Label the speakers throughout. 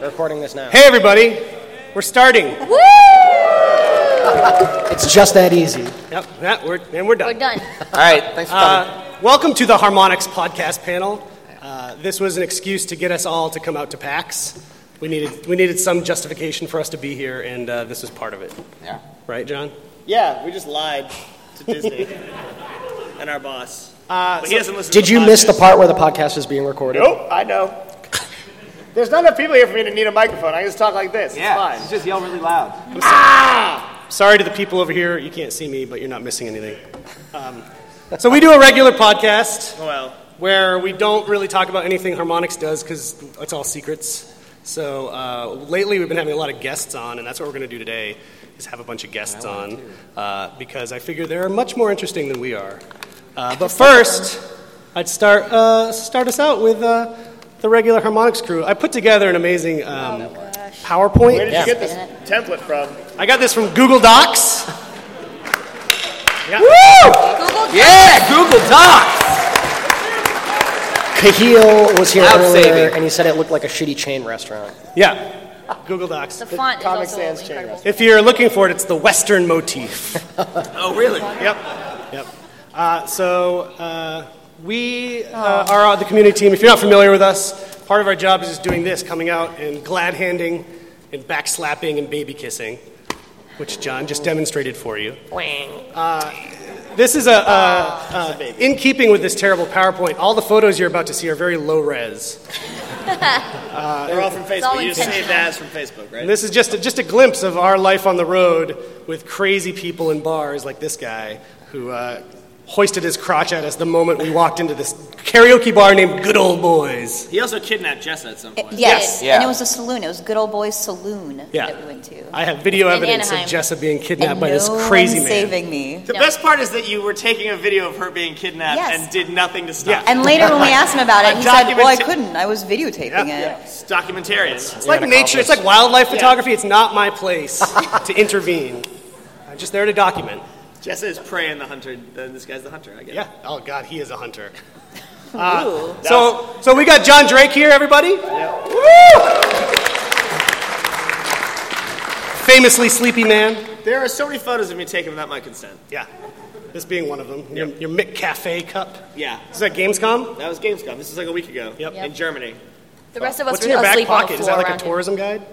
Speaker 1: Recording this now.
Speaker 2: Hey, everybody. We're starting.
Speaker 1: It's just that easy.
Speaker 2: Yep, yeah, we're, and we're
Speaker 3: We're
Speaker 2: done.
Speaker 3: done.
Speaker 4: All right, thanks for coming.
Speaker 2: Uh, welcome to the Harmonics podcast panel. Uh, this was an excuse to get us all to come out to PAX. We needed, we needed some justification for us to be here, and uh, this was part of it.
Speaker 4: yeah.
Speaker 2: Right, John?
Speaker 5: Yeah, we just lied to Disney and our boss.
Speaker 2: Uh,
Speaker 5: But he doesn't listen.
Speaker 1: Did
Speaker 5: to
Speaker 1: you miss the
Speaker 5: podcast.
Speaker 1: part where the podcast was being recorded?
Speaker 5: Nope, I know. There's not enough people here for me to need a microphone. I can just talk like this.
Speaker 4: Yeah,
Speaker 5: It's fine. Ah!
Speaker 4: just yell really loud.
Speaker 2: Sorry to the people over here. You can't see me, but you're not missing anything. Um, so, we do a regular podcast.
Speaker 5: Oh, Well,
Speaker 2: where we don't really talk about anything harmonics does because it's all secrets. So uh, lately we've been having a lot of guests on, and that's what we're going to do today is have a bunch of guests on uh, because I figure they're much more interesting than we are. Uh, but first, I'd start uh, start us out with uh, the regular harmonics crew. I put together an amazing um,
Speaker 5: where
Speaker 2: PowerPoint.
Speaker 5: did you get this template from?
Speaker 2: I got this from Google Docs. Yeah.
Speaker 3: Google
Speaker 4: Yeah, Google Docs.
Speaker 1: Cahill was here
Speaker 4: Cloud
Speaker 1: earlier,
Speaker 4: saving.
Speaker 1: and he said it looked like a shitty chain restaurant.
Speaker 2: yeah, Google Docs.
Speaker 3: the font is
Speaker 5: Comic
Speaker 3: also
Speaker 5: Sans
Speaker 3: incredible.
Speaker 2: If you're looking for it, it's the Western motif.
Speaker 4: Oh, really?
Speaker 2: Yep. Yep. Uh, so uh, we uh, are on the community team. If you're not familiar with us, part of our job is just doing this, coming out and glad handing and back slapping and baby kissing, which John just demonstrated for you. Uh, this is a, uh, uh, in keeping with this terrible PowerPoint. All the photos you're about to see are very low res. Uh,
Speaker 5: They're all from
Speaker 3: all
Speaker 5: Facebook. You just
Speaker 3: intentional.
Speaker 5: saved ads from Facebook,
Speaker 2: And
Speaker 5: right?
Speaker 2: this is just a, just a glimpse of our life on the road with crazy people in bars like this guy who uh, hoisted his crotch at us the moment we walked into this karaoke bar named Good Old Boys.
Speaker 5: He also kidnapped Jess at some point.
Speaker 3: Yes.
Speaker 4: Yeah.
Speaker 3: And it was a saloon. It was Good Old Boys Saloon
Speaker 2: Yeah.
Speaker 3: that we went to.
Speaker 2: I have video
Speaker 3: In
Speaker 2: evidence
Speaker 3: Anaheim.
Speaker 2: of Jessa being kidnapped
Speaker 3: and
Speaker 2: by
Speaker 3: no
Speaker 2: this crazy
Speaker 3: one
Speaker 2: man.
Speaker 3: saving me.
Speaker 5: The
Speaker 3: No.
Speaker 5: best part is that you were taking a video of her being kidnapped
Speaker 3: Yes.
Speaker 5: and did nothing to stop.
Speaker 3: And later when we asked him about
Speaker 5: A
Speaker 3: it, he said, "Well, I
Speaker 5: document-
Speaker 3: couldn't. I was videotaping
Speaker 2: Yeah.
Speaker 3: it."
Speaker 5: It's documentarian.
Speaker 2: It's like
Speaker 1: Yeah,
Speaker 2: nature. It's like wildlife photography. It's not my place to intervene. I'm just there to document.
Speaker 5: Jessa is prey on the hunter. Then this guy's the hunter. I guess.
Speaker 2: Yeah. Oh God, he is a hunter. Uh,
Speaker 3: Ooh.
Speaker 2: So, so we got John Drake here, everybody. Woo! Famously sleepy man.
Speaker 5: There are so many photos of me taken without my consent.
Speaker 2: Yeah. This being one of them. Your, your Mick Cafe cup.
Speaker 5: Yeah.
Speaker 2: Is that Gamescom?
Speaker 5: That was Gamescom. This was like a week ago.
Speaker 2: Yep.
Speaker 5: In Germany.
Speaker 3: The rest of us
Speaker 2: What's in
Speaker 3: were
Speaker 2: your back
Speaker 3: asleep
Speaker 2: pocket?
Speaker 3: on the
Speaker 2: Is
Speaker 3: floor
Speaker 2: that like a
Speaker 3: around him.
Speaker 2: tourism guide?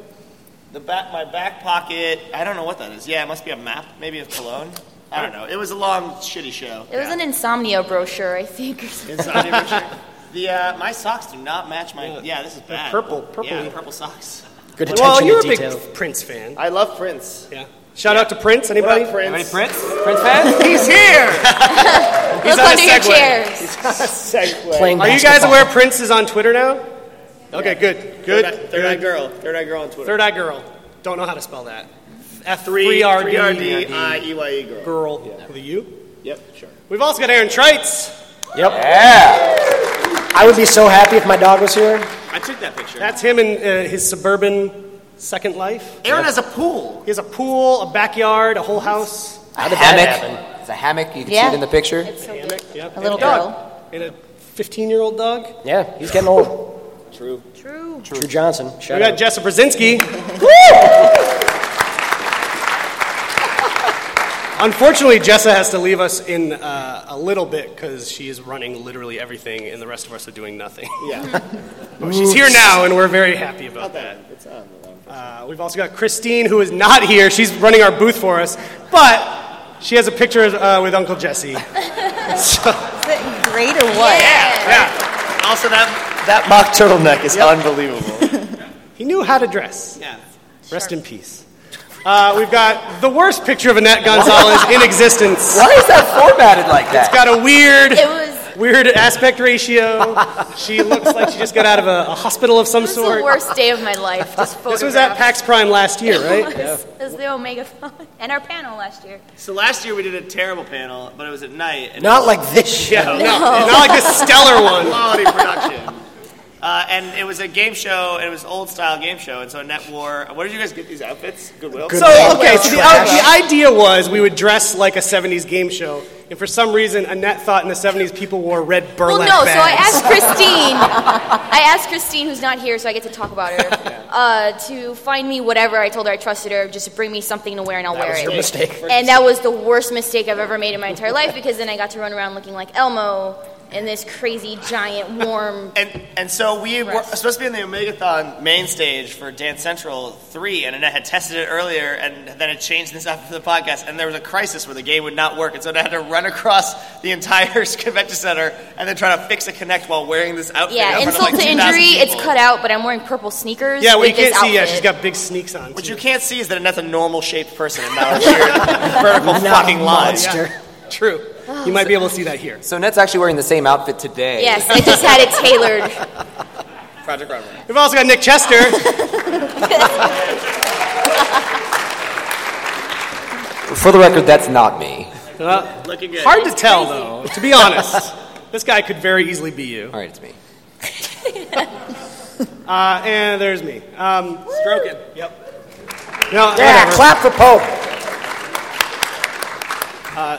Speaker 5: The back, my back pocket. I don't know what that is. Yeah, it must be a map, maybe of Cologne. I don't know. It was a long, shitty show.
Speaker 3: It was an insomnia brochure, I think. Or something.
Speaker 5: Insomnia brochure. The uh, my socks do not match my. Yeah, this is bad.
Speaker 2: purple- purple.
Speaker 5: Yeah, purple socks.
Speaker 1: Good attention
Speaker 2: Well, you're a
Speaker 1: to
Speaker 2: big
Speaker 1: detail.
Speaker 2: Prince fan.
Speaker 5: I love Prince.
Speaker 2: Yeah. Shout out to Prince. Anybody?
Speaker 4: Everybody, Prince? Prince fans?
Speaker 5: He's here.
Speaker 3: Look
Speaker 2: on a
Speaker 3: under your
Speaker 2: Segway.
Speaker 3: chairs.
Speaker 5: Segway.
Speaker 1: Playing
Speaker 2: Are you guys
Speaker 1: basketball.
Speaker 2: aware Prince is on Twitter now? Okay, good.
Speaker 5: Third
Speaker 2: Good.
Speaker 5: Eye, Third Eye girl. Third Eye girl on Twitter.
Speaker 2: Third Eye Girl. Don't know how to spell that. F
Speaker 5: Three
Speaker 2: three R D
Speaker 5: R D I E Y E girl.
Speaker 2: girl with a U.
Speaker 5: Yep. Sure.
Speaker 2: We've also got Aaron Trites.
Speaker 4: Yeah.
Speaker 1: I would be so happy if my dog was here.
Speaker 5: I took that picture.
Speaker 2: That's him in uh, his suburban second life.
Speaker 5: Aaron has a pool.
Speaker 2: He has a pool, a backyard, a whole house.
Speaker 1: How
Speaker 4: A
Speaker 1: did that happen?
Speaker 4: hammock. It's a hammock. You can see
Speaker 3: Yeah.
Speaker 4: it in the picture.
Speaker 3: It's so good.
Speaker 2: Yep.
Speaker 3: A little
Speaker 2: and dog.
Speaker 3: girl.
Speaker 2: And a 15 year old dog.
Speaker 1: Yeah, he's getting old.
Speaker 5: True.
Speaker 3: True.
Speaker 1: Drew Johnson.
Speaker 2: We
Speaker 1: Shout
Speaker 2: got
Speaker 1: out.
Speaker 2: Jessa Brzezinski. Unfortunately, Jessa has to leave us in uh, a little bit because she is running literally everything, and the rest of us are doing nothing.
Speaker 5: Yeah.
Speaker 2: But she's here now, and we're very happy
Speaker 5: Not
Speaker 2: about that.
Speaker 5: bad. It's on.
Speaker 2: Uh, we've also got Christine, who is not here. She's running our booth for us, but she has a picture uh, with Uncle Jesse. So-
Speaker 3: Is it great or what?
Speaker 2: yeah,
Speaker 5: Also, that
Speaker 4: That mock turtleneck is
Speaker 5: unbelievable.
Speaker 2: he knew how to dress.
Speaker 5: yeah.
Speaker 2: Rest in peace. Uh, we've got the worst picture of Annette Gonzalez in existence.
Speaker 4: Why is that formatted like that?
Speaker 2: Got a weird,
Speaker 3: It was
Speaker 2: weird aspect ratio. She looks like she just got out of a, a hospital of some
Speaker 3: this was
Speaker 2: sort.
Speaker 3: the worst day of my life. Just
Speaker 2: This was at PAX Prime last year, right?
Speaker 3: This is the Omega phone and our panel last year.
Speaker 5: So last year we did a terrible panel, but it was at night. And
Speaker 1: Not like this shit.
Speaker 2: Yeah, no, not like this stellar one.
Speaker 5: quality production. Uh, and it was a game show, and it was old style game show, and so Net War. Where did you guys get these outfits? Goodwill.
Speaker 1: Good-
Speaker 2: So okay, so the, the idea was we would dress like a '70s game show, and for some reason Annette thought in the '70s people wore red burlap
Speaker 3: Well, no. So I
Speaker 2: bags.
Speaker 3: asked Christine. I asked Christine, who's not here, so I get to talk about her. uh, to find me whatever. I told her I trusted her, just bring me something to wear and I'll
Speaker 1: That
Speaker 3: wear
Speaker 1: was
Speaker 3: it.
Speaker 1: your mistake.
Speaker 3: And that was the worst mistake I've ever made in my entire life because then I got to run around looking like Elmo in this crazy giant warm.
Speaker 6: And and so we were
Speaker 3: Rest.
Speaker 6: supposed to be on the Omegathon main stage for Dance Central three, and Annette had tested it earlier, and then had changed this after the podcast, and there was a crisis where the game would not work, and so I had to run across the entire convention center and then try to fix a connect while wearing this outfit.
Speaker 3: Yeah,
Speaker 6: in front of,
Speaker 3: insult
Speaker 6: like,
Speaker 3: to
Speaker 6: 2,000
Speaker 3: injury, it's
Speaker 6: people.
Speaker 3: cut out, but I'm wearing purple sneakers.
Speaker 2: Yeah, what
Speaker 3: with
Speaker 2: you can't
Speaker 3: this
Speaker 2: see, yeah,
Speaker 3: outfit.
Speaker 2: she's got big sneaks on.
Speaker 6: What
Speaker 2: too.
Speaker 6: you can't see is that Annette's a normal shaped person and not a weird vertical fucking line.
Speaker 1: Monster.
Speaker 2: True. You might be able to see that here.
Speaker 7: So Net's actually wearing the same outfit today.
Speaker 3: Yes, I just had it tailored.
Speaker 6: Project Runway.
Speaker 2: We've also got Nick Chester.
Speaker 7: For the record, that's not me.
Speaker 6: Looking good.
Speaker 2: Uh, Hard to tell, though, to be honest. This guy could very easily be you.
Speaker 7: All right, it's me.
Speaker 2: Uh, and there's me. Um, stroking. Yep. No,
Speaker 1: Yeah,
Speaker 2: whatever.
Speaker 1: clap for Pope.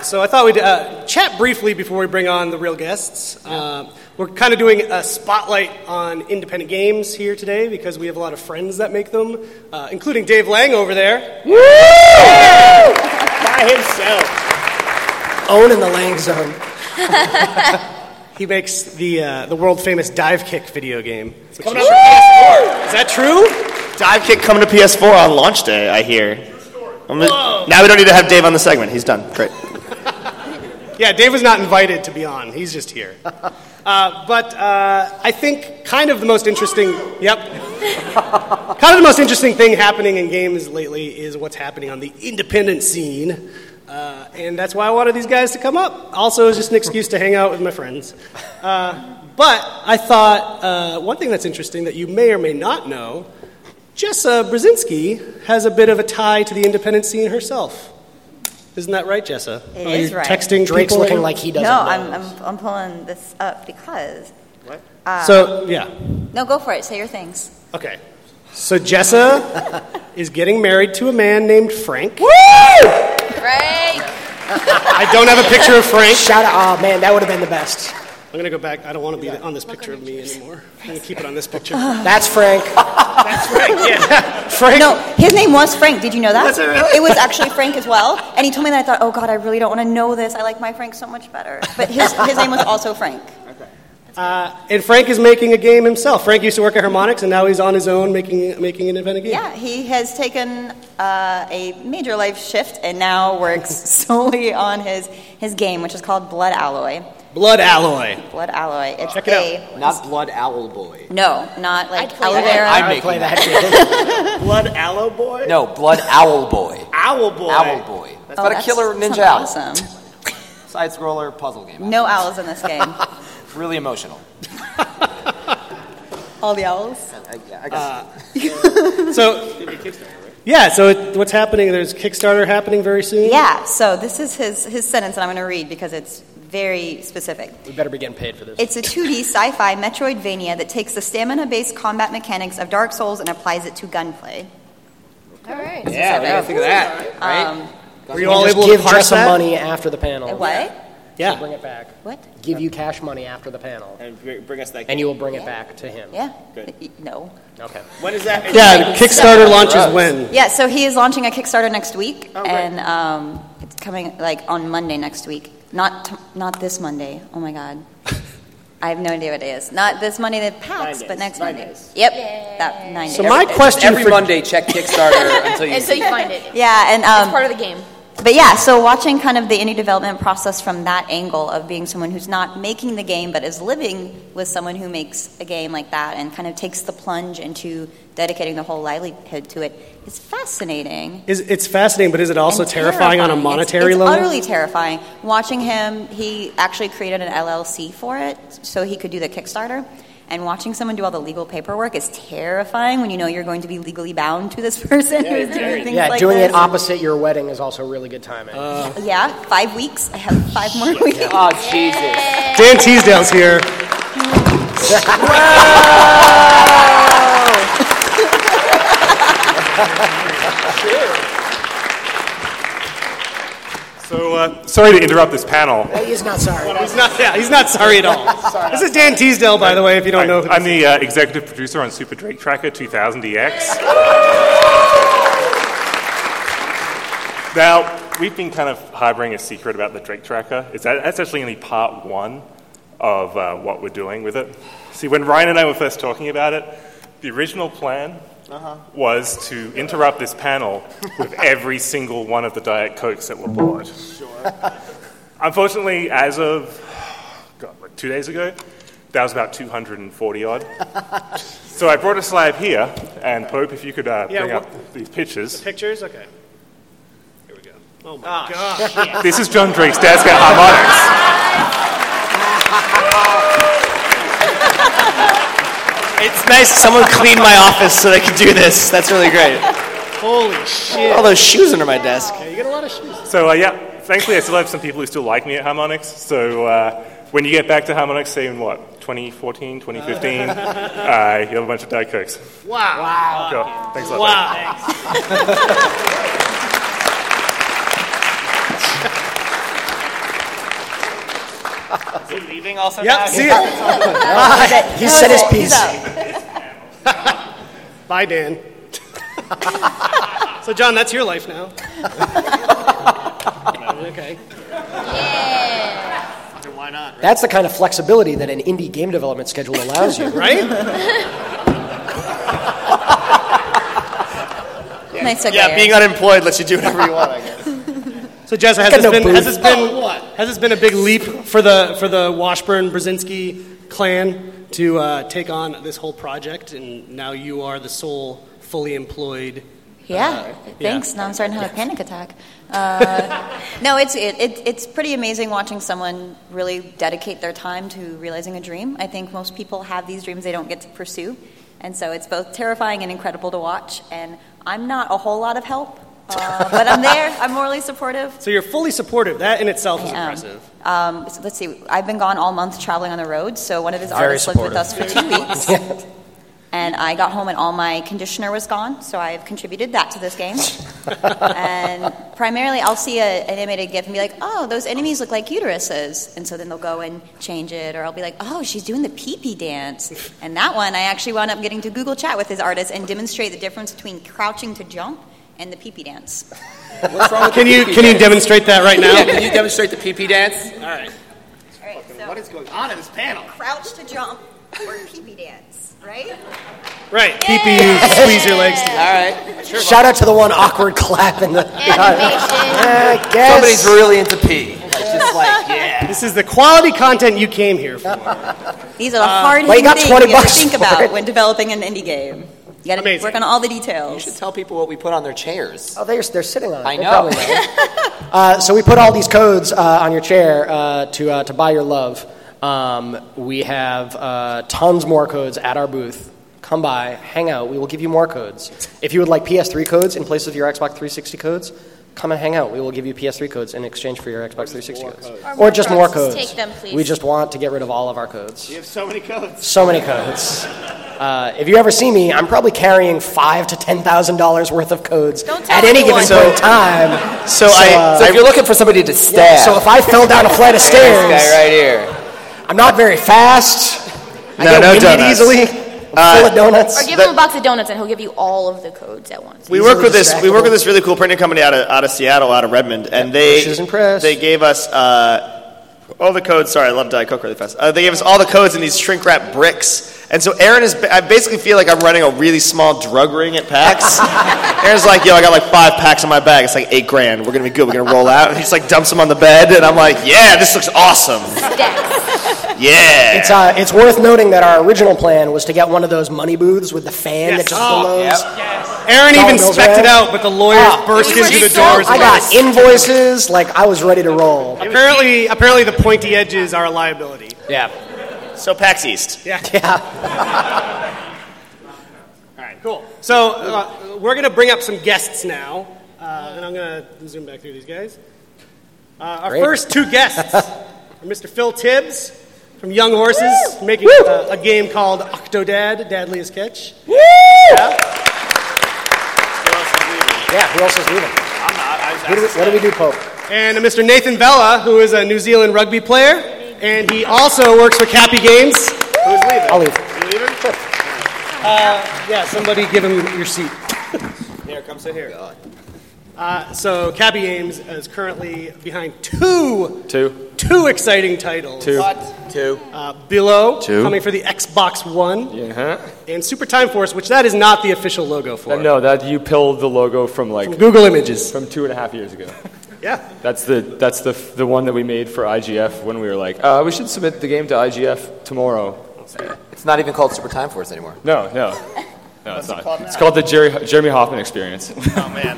Speaker 2: So I thought we'd uh, chat briefly before we bring on the real guests. Uh, we're kind of doing a spotlight on independent games here today because we have a lot of friends that make them, uh, including Dave Lang over there.
Speaker 6: by himself.
Speaker 1: Own in the Lang zone.
Speaker 2: He makes the uh, the world famous dive kick video game. which
Speaker 6: Coming
Speaker 2: is-
Speaker 6: up for
Speaker 2: is that true?
Speaker 6: PS4. Dive kick coming to PS4 on launch day, I hear. I'm gonna- now we don't need to have Dave on the segment. He's done. Great.
Speaker 2: Yeah, Dave was not invited to be on. He's just here. Uh, but uh, I think kind of the most interesting. Yep. kind of the most interesting thing happening in games lately is what's happening on the independent scene. Uh, and that's why I wanted these guys to come up. Also, it's just an excuse to hang out with my friends. Uh, but I thought uh, one thing that's interesting that you may or may not know Jessa Brzezinski has a bit of a tie to the independent scene herself. Isn't that right, Jessa?
Speaker 8: It
Speaker 2: Oh,
Speaker 8: is
Speaker 2: you're
Speaker 8: right.
Speaker 2: Texting
Speaker 1: Drake's
Speaker 2: people
Speaker 1: looking
Speaker 2: in-
Speaker 1: like he doesn't
Speaker 8: No,
Speaker 1: know.
Speaker 8: I'm, I'm, I'm pulling this up because. um,
Speaker 2: So, yeah.
Speaker 8: No, go for it. Say your things.
Speaker 2: Okay. So Jessa is getting married to a man named Frank.
Speaker 3: Oh! Right?
Speaker 2: I don't have a picture of Frank.
Speaker 1: Shout out, oh man, that would have been the best.
Speaker 2: I'm going to go back. I don't want to be on this picture of me anymore. I'm going to keep it on this picture.
Speaker 1: That's Frank.
Speaker 2: Frank.
Speaker 8: No, his name was Frank. Did you know that?
Speaker 6: That's it, really?
Speaker 8: It was actually Frank as well. And he told me that. I thought, oh God, I really don't want to know this. I like my Frank so much better. But his, his name was also Frank.
Speaker 2: And Frank is making a game himself. Frank used to work at Harmonix, and now he's on his own making making an independent game.
Speaker 8: Yeah, he has taken uh, a major life shift and now works solely on his, his game, which is called Blood Alloy.
Speaker 2: Blood Alloy.
Speaker 8: Blood Alloy. It's
Speaker 2: Check it
Speaker 8: a
Speaker 7: Not Blood Owl Boy.
Speaker 8: no, not
Speaker 3: I'd
Speaker 8: like
Speaker 3: play
Speaker 8: aloe
Speaker 3: that.
Speaker 8: vera.
Speaker 7: I'm
Speaker 1: I would
Speaker 7: making
Speaker 1: play
Speaker 7: that.
Speaker 1: that game.
Speaker 6: Blood Aloe Boy?
Speaker 7: No, Blood Owl Boy.
Speaker 6: Owl Boy.
Speaker 7: Owl Boy. It's
Speaker 8: Oh,
Speaker 7: about a
Speaker 8: that's-
Speaker 7: killer
Speaker 8: that
Speaker 7: ninja
Speaker 8: sounds
Speaker 7: owl.
Speaker 8: Awesome.
Speaker 7: Side scroller puzzle game.
Speaker 8: No owls in this game.
Speaker 7: Really emotional.
Speaker 8: All the owls.
Speaker 7: I, yeah, I guess.
Speaker 2: So, yeah. So it, what's happening? There's Kickstarter happening very soon.
Speaker 8: Yeah. So this is his his sentence that I'm going to read because it's very specific.
Speaker 1: We better be getting paid for this.
Speaker 8: It's a 2D sci-fi Metroidvania that takes the stamina-based combat mechanics of Dark Souls and applies it to gunplay.
Speaker 3: All right.
Speaker 7: yeah, we gotta think of that, right?
Speaker 8: Um,
Speaker 2: Were you all
Speaker 1: just
Speaker 2: able
Speaker 1: give
Speaker 2: to parse
Speaker 1: Jess some
Speaker 2: that?
Speaker 1: money after the panel.
Speaker 8: What?
Speaker 1: She'll Bring
Speaker 2: Yeah.
Speaker 1: it back.
Speaker 8: What?
Speaker 1: Give you cash money after the panel,
Speaker 6: And br- bring us that
Speaker 1: and you will bring it back to him.
Speaker 8: Yeah.
Speaker 6: Good.
Speaker 8: Y- No.
Speaker 1: Okay.
Speaker 6: When is that?
Speaker 2: Yeah. Kickstarter launches
Speaker 7: Drugs.
Speaker 2: when?
Speaker 8: Yeah. So he is launching a Kickstarter next week,
Speaker 6: Oh, great.
Speaker 8: and um, it's coming like on Monday next week. Not t- not this Monday. Oh my God. I have no idea what it is. Not this Monday that packs,
Speaker 6: Nine
Speaker 8: but
Speaker 6: days.
Speaker 8: next
Speaker 6: Nine
Speaker 8: Monday.
Speaker 6: days.
Speaker 8: Yep. That nine
Speaker 2: So
Speaker 8: days.
Speaker 2: my question
Speaker 7: Every
Speaker 2: for
Speaker 7: Monday, check Kickstarter until you.
Speaker 3: And so you find it.
Speaker 8: yeah, and
Speaker 3: It's
Speaker 8: um,
Speaker 3: part of the game.
Speaker 8: But yeah, so watching kind of the indie development process from that angle of being someone who's not making the game but is living with someone who makes a game like that and kind of takes the plunge into dedicating the whole livelihood to it is fascinating.
Speaker 2: Is, it's fascinating, but is it also
Speaker 8: and
Speaker 2: terrifying, on a
Speaker 8: It's-
Speaker 2: monetary
Speaker 8: it's
Speaker 2: level?
Speaker 8: utterly terrifying. Watching him, he actually created an LLC for it so he could do the Kickstarter. And watching someone do all the legal paperwork is terrifying when you know you're going to be legally bound to this person who's doing things
Speaker 1: Yeah,
Speaker 8: like
Speaker 1: doing
Speaker 8: this.
Speaker 1: it opposite your wedding is also really good timing.
Speaker 2: Uh.
Speaker 8: Yeah, five weeks. I have five more weeks.
Speaker 7: Oh Jesus!
Speaker 2: Dan Teasdale's here.
Speaker 9: So, uh, sorry to interrupt this panel.
Speaker 1: He's not sorry.
Speaker 2: He's not, yeah, he's not sorry at all. This is Dan Teasdale, by the way, if you don't know. who
Speaker 9: I'm the uh, executive producer on Super Drake Tracker E 2000DX. now, we've been kind of harboring a secret about the Drake Tracker. It's, that, that's actually only part one of uh, what we're doing with it. See, when Ryan and I were first talking about it, the original plan
Speaker 6: Uh-huh.
Speaker 9: was to interrupt this panel with every single one of the Diet Cokes that were bought. Sure. Unfortunately, as of God, like two days ago, that was about 240 odd. so I brought a slab here, and Pope, if you could uh,
Speaker 2: Yeah,
Speaker 9: bring
Speaker 2: what-
Speaker 9: up these pictures.
Speaker 2: Pictures? Okay. Here we go. Oh my God.
Speaker 9: This is John Drake's Dad's Got Harmonics.
Speaker 6: It's nice someone cleaned my office so they could do this. That's really great.
Speaker 2: Holy shit.
Speaker 6: All those shoes under my desk.
Speaker 1: You get a lot of shoes.
Speaker 9: So uh, yeah, thankfully I still have some people who still like me at Harmonics. So uh, when you get back to Harmonics, say in what 2014, 2015, uh, you'll have a bunch of Diet Cokes. Wow! Wow! Thanks a lot. Wow!
Speaker 6: Is he leaving also
Speaker 2: Yep, see ya.
Speaker 1: He said his piece.
Speaker 2: Bye, Dan. so, John, that's your life now. okay.
Speaker 6: Why not?
Speaker 1: That's the kind of flexibility that an indie game development schedule allows you.
Speaker 2: Right?
Speaker 8: Nice segue,
Speaker 6: Yeah, being
Speaker 8: Eric.
Speaker 6: unemployed lets you do whatever you want, I guess.
Speaker 2: So, Jess, has
Speaker 1: Got
Speaker 2: this
Speaker 1: no
Speaker 2: been,
Speaker 1: booze.
Speaker 2: has this been, has this been a big leap for the, for the Washburn Brzezinski clan to uh, take on this whole project? And now you are the sole fully employed. uh,
Speaker 8: Yeah, thanks. Now I'm starting to have a panic attack. Uh, no, it's it, it, it's pretty amazing watching someone really dedicate their time to realizing a dream. I think most people have these dreams they don't get to pursue, and so it's both terrifying and incredible to watch. And I'm not a whole lot of help, uh, but I'm there. I'm morally supportive.
Speaker 2: So, you're fully supportive. That in itself is
Speaker 8: Yeah.
Speaker 2: impressive.
Speaker 8: Um, so let's see. I've been gone all month traveling on the road, so one of his
Speaker 1: Very
Speaker 8: artists lived
Speaker 1: supportive.
Speaker 8: with us for two weeks. And I got home and all my conditioner was gone, so I've contributed that to this game. and primarily, I'll see a, an animated GIF and be like, "Oh, those enemies look like uteruses," and so then they'll go and change it, or I'll be like, "Oh, she's doing the pee-pee dance." and that one, I actually wound up getting to Google Chat with his artist and demonstrate the difference between crouching to jump and the pee-pee dance.
Speaker 7: What's wrong with
Speaker 2: Can
Speaker 7: the
Speaker 2: you,
Speaker 7: PP
Speaker 2: can you
Speaker 7: dance?
Speaker 2: demonstrate that right now?
Speaker 7: Yeah, can you demonstrate the PP dance?
Speaker 8: All right, so
Speaker 6: What is going on in this panel?
Speaker 8: crouch to jump or pee-pee dance, right?
Speaker 2: Right. Keep you squeeze your legs.
Speaker 7: All right.
Speaker 1: Shout out to the one awkward clap in the.
Speaker 3: Animation.
Speaker 1: I guess.
Speaker 7: Somebody's really into pee. It's just like, yeah.
Speaker 2: This is the quality content you came here for.
Speaker 8: These
Speaker 7: Uh,
Speaker 8: are the hard
Speaker 1: well,
Speaker 8: hitting
Speaker 1: you got
Speaker 8: things
Speaker 1: 20
Speaker 8: you have to
Speaker 1: bucks
Speaker 8: think
Speaker 1: for
Speaker 8: about
Speaker 1: it.
Speaker 8: when developing an indie game. You got to
Speaker 2: Amazing.
Speaker 8: work on all the
Speaker 7: You should
Speaker 8: details.
Speaker 7: tell people what we put on their chairs.
Speaker 1: Oh, they're, they're sitting on it.
Speaker 7: I
Speaker 1: They
Speaker 7: know.
Speaker 1: probably Uh, so we put all these codes uh, on your chair uh, to uh, to buy your love. Um, we have uh, tons more codes at our booth. Come by, hang out. We will give you more codes. If you would like PS3 codes in place of your Xbox 360 codes, come and hang out. We will give you PS3 codes in exchange for your Xbox 360 codes,
Speaker 3: Or more
Speaker 1: just
Speaker 3: codes.
Speaker 1: more codes.
Speaker 3: Take them, please.
Speaker 1: We just want to get rid of all of our codes.
Speaker 6: You have so many codes.
Speaker 1: So many codes. Uh, if you ever see me, I'm probably carrying five to ten thousand dollars worth of codes
Speaker 3: Don't tell
Speaker 1: at any given
Speaker 3: anyone.
Speaker 1: point in time. uh,
Speaker 6: So, I,
Speaker 7: So if you're looking for somebody to stab,
Speaker 1: So if I fell down a flight of
Speaker 7: this
Speaker 1: stairs,
Speaker 7: guy right here.
Speaker 1: I'm not very fast. I
Speaker 6: No,
Speaker 1: get
Speaker 6: no
Speaker 1: winded
Speaker 6: donuts.
Speaker 1: easily.
Speaker 7: Uh,
Speaker 1: I'm full of donuts.
Speaker 3: Or give him a box of donuts and he'll give you all of the codes at once.
Speaker 6: we
Speaker 1: easily
Speaker 6: work with this. We work
Speaker 1: distractible.
Speaker 6: with this really cool printing company out of, out of Seattle, out of Redmond, and they
Speaker 1: Bush is impressed.
Speaker 6: they gave us uh, all the codes. Sorry, I love Diet Coke really fast. Uh, they gave us all the codes in these shrink wrap bricks, and so Aaron is. ba- I basically feel like I'm running a really small drug ring at PAX. Aaron's like, "Yo, I got like five packs in my bag. It's like eight grand. We're gonna be good. We're gonna roll out." And he just like dumps them on the bed, and I'm like, "Yeah, this looks awesome.
Speaker 3: Stacks.
Speaker 6: Yeah."
Speaker 1: It's, uh, it's worth noting that our original plan was to get one of those money booths with the fan
Speaker 2: Yes.
Speaker 1: that just
Speaker 2: Oh,
Speaker 1: blows.
Speaker 2: Aaron
Speaker 1: Dollar
Speaker 2: even
Speaker 1: bills,
Speaker 2: spec'd it
Speaker 1: right?
Speaker 2: out, but the lawyers
Speaker 1: Ah,
Speaker 2: burst
Speaker 3: we were
Speaker 2: into the
Speaker 3: so
Speaker 2: doors.
Speaker 1: I got invoices. Like I was ready to roll.
Speaker 2: apparently, apparently, the pointy edges are a liability.
Speaker 1: Yeah.
Speaker 6: so PAX East.
Speaker 1: Yeah.
Speaker 2: All right, cool. So uh, we're going to bring up some guests now, uh, and I'm going to zoom back through these guys. Uh, our
Speaker 1: Great.
Speaker 2: first two guests are Mr. Phil Tibbs from Young Horses, making uh, a game called Octodad, Dadliest Catch.
Speaker 1: Yeah. Who else is leaving? What do, we, what do we do, Pope?
Speaker 2: and a Mr. Nathan Vella, who is a New Zealand rugby player, and he also works for Cappy Games. Who's leaving?
Speaker 1: I'll leave.
Speaker 5: You leaving?
Speaker 2: Yeah, somebody give him your seat.
Speaker 5: Here, come sit here.
Speaker 2: Uh, so Cappy Games is currently behind two
Speaker 10: Two.
Speaker 2: two exciting titles.
Speaker 10: Two.
Speaker 11: Two.
Speaker 2: Uh, Below,
Speaker 10: Two.
Speaker 2: coming for the Xbox One,
Speaker 10: Yeah. huh?
Speaker 2: and Super Time Force, which that is not the official logo for.
Speaker 10: Uh, No, that you pilled the logo from like
Speaker 2: Google Images.
Speaker 10: from two and a half years ago.
Speaker 2: Yeah.
Speaker 10: That's the that's the the one that we made for IGF when we were like, uh, we should submit the game to IGF tomorrow.
Speaker 11: It's not even called Super Time Force anymore.
Speaker 10: No, no, no, it's not. it's called the Jerry, Jeremy Hoffman Experience.
Speaker 5: Oh man,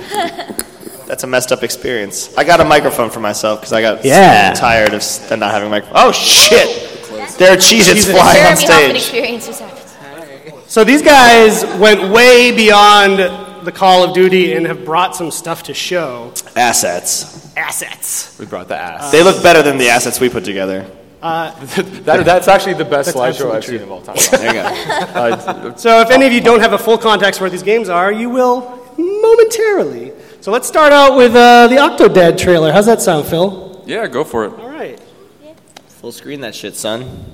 Speaker 5: that's a messed up experience. I got a microphone for myself because I got
Speaker 2: Yeah.
Speaker 5: tired of s- not having a microphone. Oh shit! There are Cheez-Its flying on
Speaker 3: Jeremy Hoffman
Speaker 5: stage.
Speaker 3: experience just happened.
Speaker 2: So these guys went way beyond the Call of Duty and have brought some stuff to show.
Speaker 5: Assets.
Speaker 2: Assets.
Speaker 10: we brought the ass.
Speaker 5: They look better than the assets we put together.
Speaker 10: That, that's actually the best slideshow
Speaker 2: Uh, absolutely
Speaker 10: I've seen of all time.
Speaker 5: There you go.
Speaker 10: Uh,
Speaker 2: So if any of you don't have a full context for what these games are, you will momentarily. So let's start out with uh, the Octodad trailer. How's that sound, Phil?
Speaker 10: yeah, go for it.
Speaker 2: All right.
Speaker 5: Full screen that shit, son.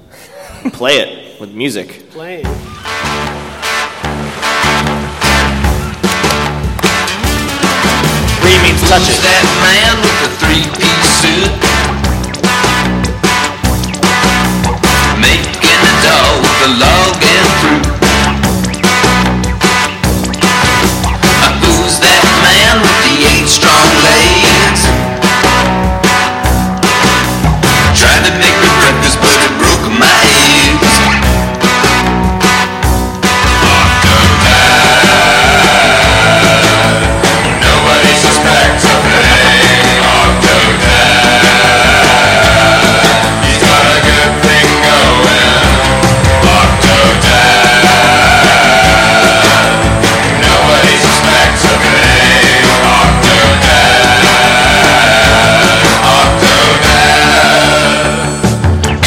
Speaker 5: Play it with music.
Speaker 2: Playing.
Speaker 5: Three means touch it.
Speaker 4: that man with the three-piece suit making a dough with the log and fruit. Uh, who's that man with the eight strong legs? Tried to make me breakfast, but it broke my eggs. Nobody suspects a thing of the He's got a good thing going. Octodad. Nobody suspects a thing. Octodad. Octodad.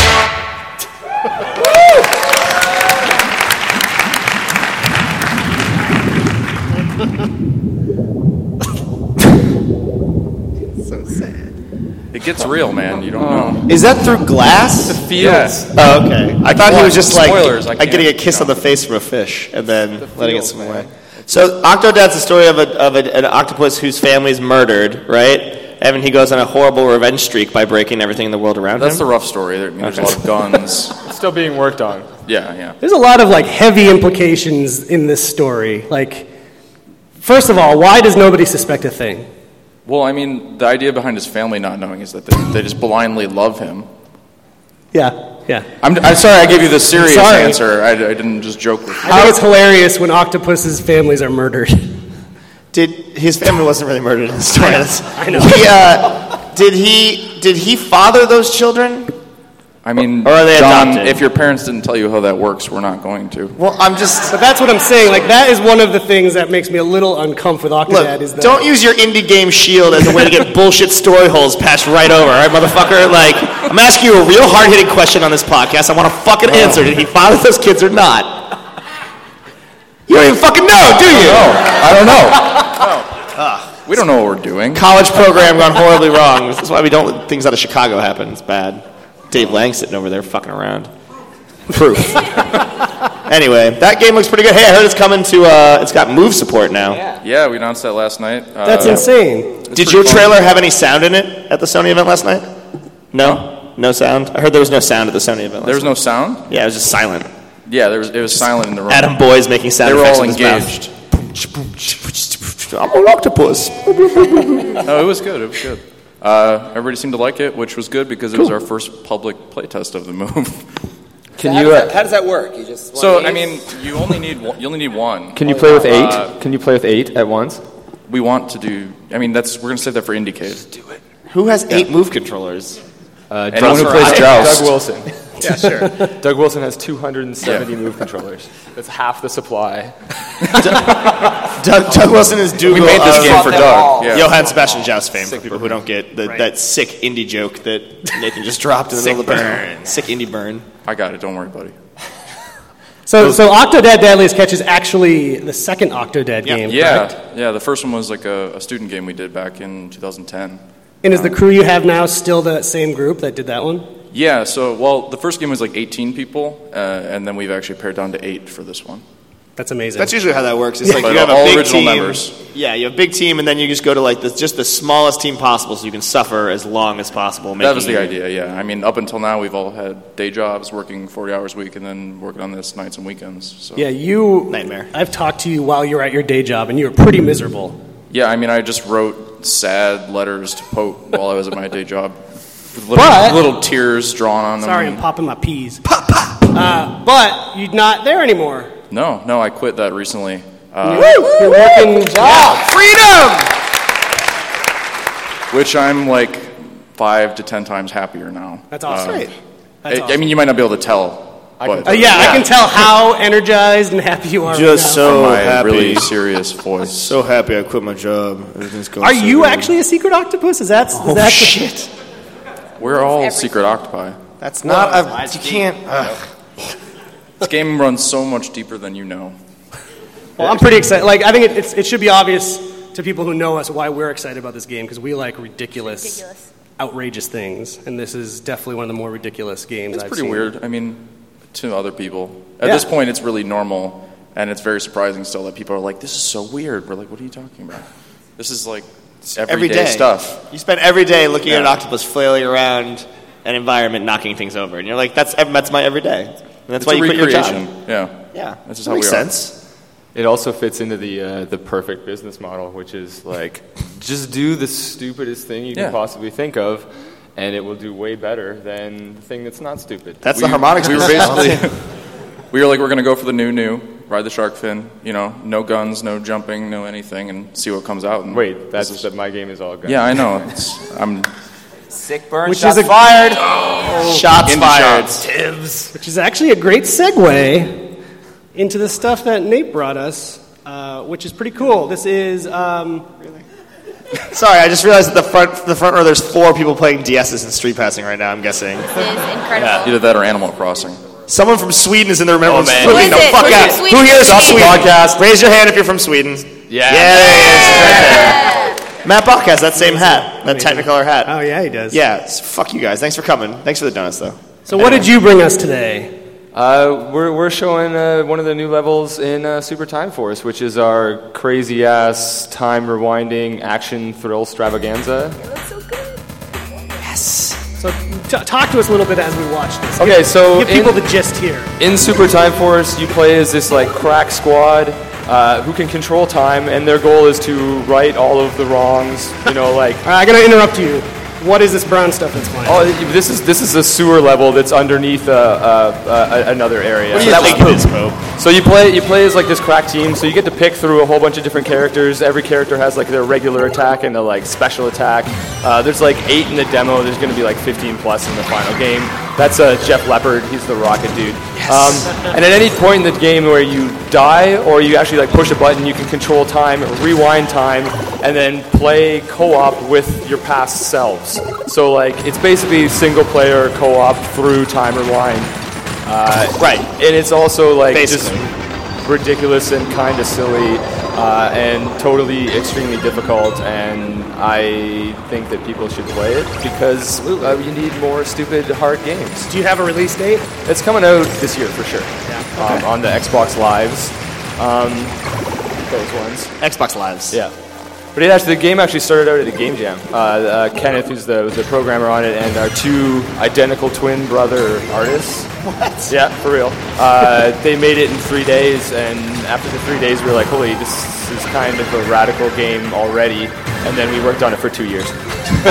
Speaker 10: It gets real, man. You don't know.
Speaker 5: Is that through glass?
Speaker 10: Yes.
Speaker 5: Oh, okay. I thought he was just like,
Speaker 10: Spoilers, I
Speaker 5: like getting a
Speaker 10: can't-
Speaker 5: kiss on the face from a fish and then letting it
Speaker 10: feels,
Speaker 5: swim
Speaker 10: man.
Speaker 5: away. So Octodad's the story of, a, of a, an octopus whose family's murdered, right? And then he goes on a horrible revenge streak by breaking everything in the world around
Speaker 12: That's
Speaker 5: him.
Speaker 12: the rough story. There, I mean, there's a lot of guns.
Speaker 10: It's still being worked on.
Speaker 12: yeah, yeah.
Speaker 2: There's a lot of like heavy implications in this story. Like, first of all, why does nobody suspect a thing?
Speaker 12: Well, I mean, the idea behind his family not knowing is that they, they just blindly love him.
Speaker 2: Yeah, yeah.
Speaker 12: I'm, I'm sorry, I gave you the serious
Speaker 2: Sorry.
Speaker 12: answer. I, I didn't just joke with you.
Speaker 2: I think it's hilarious when octopuses' families are murdered.
Speaker 5: Did his family wasn't really murdered in the story? That's-
Speaker 2: I know.
Speaker 5: He, uh, did he did he father those children?
Speaker 12: I mean,
Speaker 5: Or are they
Speaker 12: John,
Speaker 5: adopted?
Speaker 12: if your parents didn't tell you how that works, we're not going to.
Speaker 5: Well, I'm just
Speaker 2: But that's what I'm saying. Like that is one of the things that makes me a little uncomfortable with Octodad. is
Speaker 5: look.
Speaker 2: that
Speaker 5: Don't use your indie game shield as a way to get bullshit story holes patched right over, all right, motherfucker? Like, I'm gonna ask you a real hard hitting question on this podcast. I want a fucking
Speaker 12: Oh.
Speaker 5: answer. Did he father those kids or not? You don't even fucking know, do you?
Speaker 12: No, I don't know. We don't know what we're doing.
Speaker 5: College program gone horribly wrong. This is why we don't let things out of Chicago happen. It's bad. Dave Lang sitting over there fucking around. Proof. anyway, that game looks pretty good. Hey, I heard it's coming to. Uh, it's got move support now.
Speaker 12: Yeah, we announced that last night. Uh,
Speaker 2: that's insane.
Speaker 12: it's
Speaker 5: Did
Speaker 12: pretty
Speaker 5: your
Speaker 12: fun.
Speaker 5: trailer have any sound in it at the Sony event last night? No? No sound? I heard there was no sound at the Sony event last
Speaker 12: There was
Speaker 5: night.
Speaker 12: no sound.
Speaker 5: Yeah, it was just silent.
Speaker 12: Yeah, there was. It was silent in the room.
Speaker 5: Adam Boy's making sound
Speaker 12: they were
Speaker 5: effects
Speaker 12: all
Speaker 5: with his mouth.
Speaker 12: engaged.
Speaker 5: I'm an octopus.
Speaker 12: No, it was good. It was good. Uh, everybody seemed to like it, which was good because it was our first public playtest of the move.
Speaker 10: Can
Speaker 11: How
Speaker 10: you
Speaker 11: does that,
Speaker 10: uh,
Speaker 11: how does that work? You just
Speaker 12: so I mean, you only need one, you only need one. Uh,
Speaker 10: can you play with eight? Can you play with eight at once?
Speaker 12: We want to do. I mean, that's we're gonna save that for Indicate.
Speaker 5: Who has eight move controllers?
Speaker 10: Uh,
Speaker 12: Anyone who plays Joust.
Speaker 10: Doug Wilson.
Speaker 5: Yeah, sure.
Speaker 10: Doug Wilson has 270 move controllers. That's half the supply.
Speaker 5: Doug, Doug Wilson is Dougal. Uh,
Speaker 12: We made this
Speaker 5: of
Speaker 12: game for
Speaker 11: them all.
Speaker 12: Doug. Yeah.
Speaker 5: Johann Sebastian Joust fame for people who don't get the, that sick indie joke that Nathan just dropped in the middle of the burn. Sick indie burn.
Speaker 12: I got it. Don't worry, buddy.
Speaker 2: So, so Octodad Deadliest Catch is actually the second Octodad game.
Speaker 12: Yeah,
Speaker 2: correct?
Speaker 12: yeah. The first one was like a, a student game we did back in 2010.
Speaker 2: And is the crew you have now still that same group that did that one?
Speaker 12: Yeah, so, well, the first game was like 18 people, uh, and then we've actually pared down to eight for this one.
Speaker 2: That's amazing.
Speaker 6: That's usually how that works. It's like
Speaker 12: But
Speaker 6: you have
Speaker 12: all
Speaker 6: a big
Speaker 12: original
Speaker 6: team.
Speaker 12: members.
Speaker 6: Yeah, you have a big team, and then you just go to like the, just the smallest team possible, so you can suffer as long as possible.
Speaker 12: That was
Speaker 6: making-
Speaker 12: the idea, yeah. I mean, up until now, we've all had day jobs, working 40 hours a week, and then working on this nights and weekends. So.
Speaker 2: Yeah, you. Nightmare. I've talked to you while you were at your day job, and you were pretty miserable.
Speaker 12: Yeah, I mean, I just wrote sad letters to Pope while I was at my day job. With little,
Speaker 2: But-
Speaker 12: little tears drawn on them.
Speaker 2: Sorry, I'm popping my peas. Pop, pop. Uh, but you're not there anymore.
Speaker 12: No, no, I quit that recently. uh,
Speaker 2: Woo! You're working. Wow,
Speaker 6: freedom!
Speaker 12: which I'm like five to ten times happier now. Um,
Speaker 2: That's awesome. Great. That's
Speaker 12: I, I mean, you might not be able to tell. but
Speaker 2: Uh, yeah, I can tell how energized and happy you are. right
Speaker 13: Just
Speaker 2: now.
Speaker 13: so
Speaker 12: my
Speaker 13: happy.
Speaker 12: really serious voice.
Speaker 13: So happy I quit my job. Everything's going.
Speaker 2: Are
Speaker 13: so
Speaker 2: you
Speaker 13: good.
Speaker 2: actually a secret octopus? Is that? Is
Speaker 13: Oh,
Speaker 2: that
Speaker 13: shit.
Speaker 12: We're all secret octopi.
Speaker 13: That's not.
Speaker 12: Well,
Speaker 13: a,
Speaker 12: it's
Speaker 13: you
Speaker 12: deep.
Speaker 13: can't. ugh.
Speaker 12: This game runs so much deeper than you know.
Speaker 2: Well, I'm pretty excited. Like, I think it, it's, it should be obvious to people who know us why we're excited about this game because we like ridiculous, outrageous things, and this is definitely one of the more ridiculous games.
Speaker 12: It's
Speaker 2: I've
Speaker 12: pretty
Speaker 2: seen.
Speaker 12: weird. I mean, to other people. At
Speaker 2: Yeah.
Speaker 12: this point, it's really normal, and it's very surprising still that people are like, "This is so weird." We're like, "What are you talking about? This is like everyday
Speaker 6: every day
Speaker 12: stuff."
Speaker 6: You spend every day looking at an
Speaker 12: Yeah.
Speaker 6: octopus flailing around an environment, knocking things over, and you're like, "That's ev- that's my every day." And that's
Speaker 12: It's
Speaker 6: why
Speaker 12: a
Speaker 6: you quit your job.
Speaker 12: recreation. Yeah.
Speaker 6: Yeah,
Speaker 12: That's just
Speaker 6: That
Speaker 12: how
Speaker 6: makes
Speaker 12: we are.
Speaker 6: sense.
Speaker 10: It also fits into the uh, the perfect business model, which is like just do the stupidest thing you
Speaker 12: Yeah.
Speaker 10: can possibly think of, and it will do way better than the thing that's not stupid.
Speaker 12: We- We were basically, we were like, we're gonna go for the new new, ride the shark fin. You know, no guns, no jumping, no anything, and see what comes out. And
Speaker 10: Wait, that's that my game is all guns.
Speaker 12: Yeah, I know. It's, I'm
Speaker 6: Sick burn.
Speaker 2: Which
Speaker 6: shots
Speaker 2: is a-
Speaker 6: fired. Shots
Speaker 12: Into
Speaker 6: fired.
Speaker 12: shots.
Speaker 6: Tibbs.
Speaker 2: Which is actually a great segue into the stuff that Nate brought us, uh, which is pretty cool. This is um,
Speaker 6: Sorry, I just realized that the front the front row there's four people playing DSs and street passing right now. I'm guessing.
Speaker 3: incredible.
Speaker 12: either that or Animal Crossing.
Speaker 6: Someone from Sweden is in the remembrance.
Speaker 12: man.
Speaker 6: flipping
Speaker 3: Who is
Speaker 6: the
Speaker 3: it?
Speaker 6: fuck
Speaker 3: Who's
Speaker 6: out.
Speaker 3: from Sweden?
Speaker 6: Who here is from
Speaker 3: Who's
Speaker 6: Sweden?
Speaker 3: from
Speaker 6: Podcast. Raise your hand if you're from Sweden. Yeah. there it is. Right there. Matt Buck has that same hat, that Technicolor hat.
Speaker 2: oh yeah, he does.
Speaker 6: Yeah, s- fuck you guys. Thanks for coming. Thanks for the donuts, though.
Speaker 2: So what did you bring us today?
Speaker 10: Uh, we're, we're showing uh, one of the new levels in uh, Super Time Force, which is our crazy ass time rewinding action thrill extravaganza.
Speaker 2: So t- talk to us a little bit as we watch this.
Speaker 10: Okay, so
Speaker 2: give
Speaker 10: in-
Speaker 2: people the gist here.
Speaker 10: In Super Time Force, you play as this like crack squad uh, who can control time, and their goal is to right all of the wrongs. You know, like
Speaker 2: All right, I'm gonna interrupt you. What is this brown stuff that's flying?
Speaker 10: oh, this is this is a sewer level that's underneath uh, uh, uh, another area.
Speaker 6: What do
Speaker 10: So
Speaker 6: you
Speaker 10: that was
Speaker 6: think it is, Pope?
Speaker 10: So you play you play as like this crack team. So you get to pick through a whole bunch of different characters. Every character has like their regular attack and their like special attack. Uh, there's like eight in the demo. There's going to be like 15 plus in the final game. That's uh, Jeff Leppard. He's the rocket dude. Um, and at any point in the game where you die or you actually like push a button, you can control time, rewind time, and then play co-op with your past selves. So like it's basically single player co-op through time rewind. Uh, right. And it's also like just ridiculous and kind of silly uh, and totally extremely difficult. And I think that people should play it because uh, you need more stupid hard games.
Speaker 2: Do you have a release date?
Speaker 10: It's coming out this year for sure um, on the Xbox Lives. Um, those ones.
Speaker 6: Xbox Lives.
Speaker 10: Yeah. But it actually, the game actually started out at a game jam. Uh, uh, Kenneth, who's the, the programmer on it, and our two identical twin brother artists. What? Yeah, for real. Uh, they made it in three days, and after the three days, we were like, holy, this is kind of a radical game already. And then we worked on it for two years.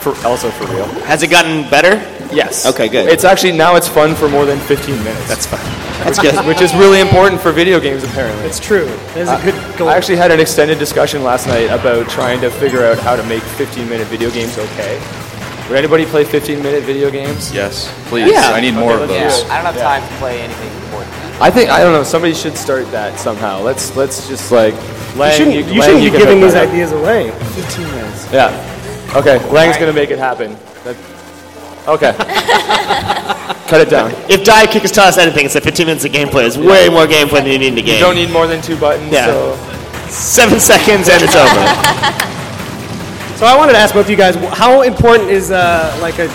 Speaker 10: for, also for real.
Speaker 6: Has it gotten better?
Speaker 10: Yes.
Speaker 6: Okay, good.
Speaker 10: It's actually, now it's fun for more than 15 minutes.
Speaker 6: That's fine. That's good.
Speaker 10: Which is really important for video games, apparently. Uh,
Speaker 2: It's true. That is a good goal.
Speaker 10: I actually had an extended discussion last night about trying to figure out how to make 15 minute video games okay. Would anybody play 15 minute video games?
Speaker 12: Yes, please.
Speaker 10: Yeah.
Speaker 12: I need more
Speaker 10: Okay,
Speaker 12: of
Speaker 10: let's
Speaker 12: those.
Speaker 10: do
Speaker 5: I don't have time to play anything more.
Speaker 10: I think I don't know. Somebody should start that somehow. Let's let's just like Lang,
Speaker 2: you shouldn't, you
Speaker 10: Lang,
Speaker 2: shouldn't
Speaker 10: you
Speaker 2: be
Speaker 10: can
Speaker 2: giving
Speaker 10: hook
Speaker 2: these
Speaker 10: that up.
Speaker 2: ideas away.
Speaker 10: Yeah. Okay. Lang's gonna make it happen. That- okay. Cut it down.
Speaker 6: If Die Kick has taught us anything, it's that 15 minutes of gameplay is way more gameplay than you need in a game.
Speaker 10: You don't need more than two buttons.
Speaker 6: Yeah.
Speaker 10: So.
Speaker 6: Seven seconds and it's over.
Speaker 2: So I wanted to ask both of you guys, wh- how important is uh, like a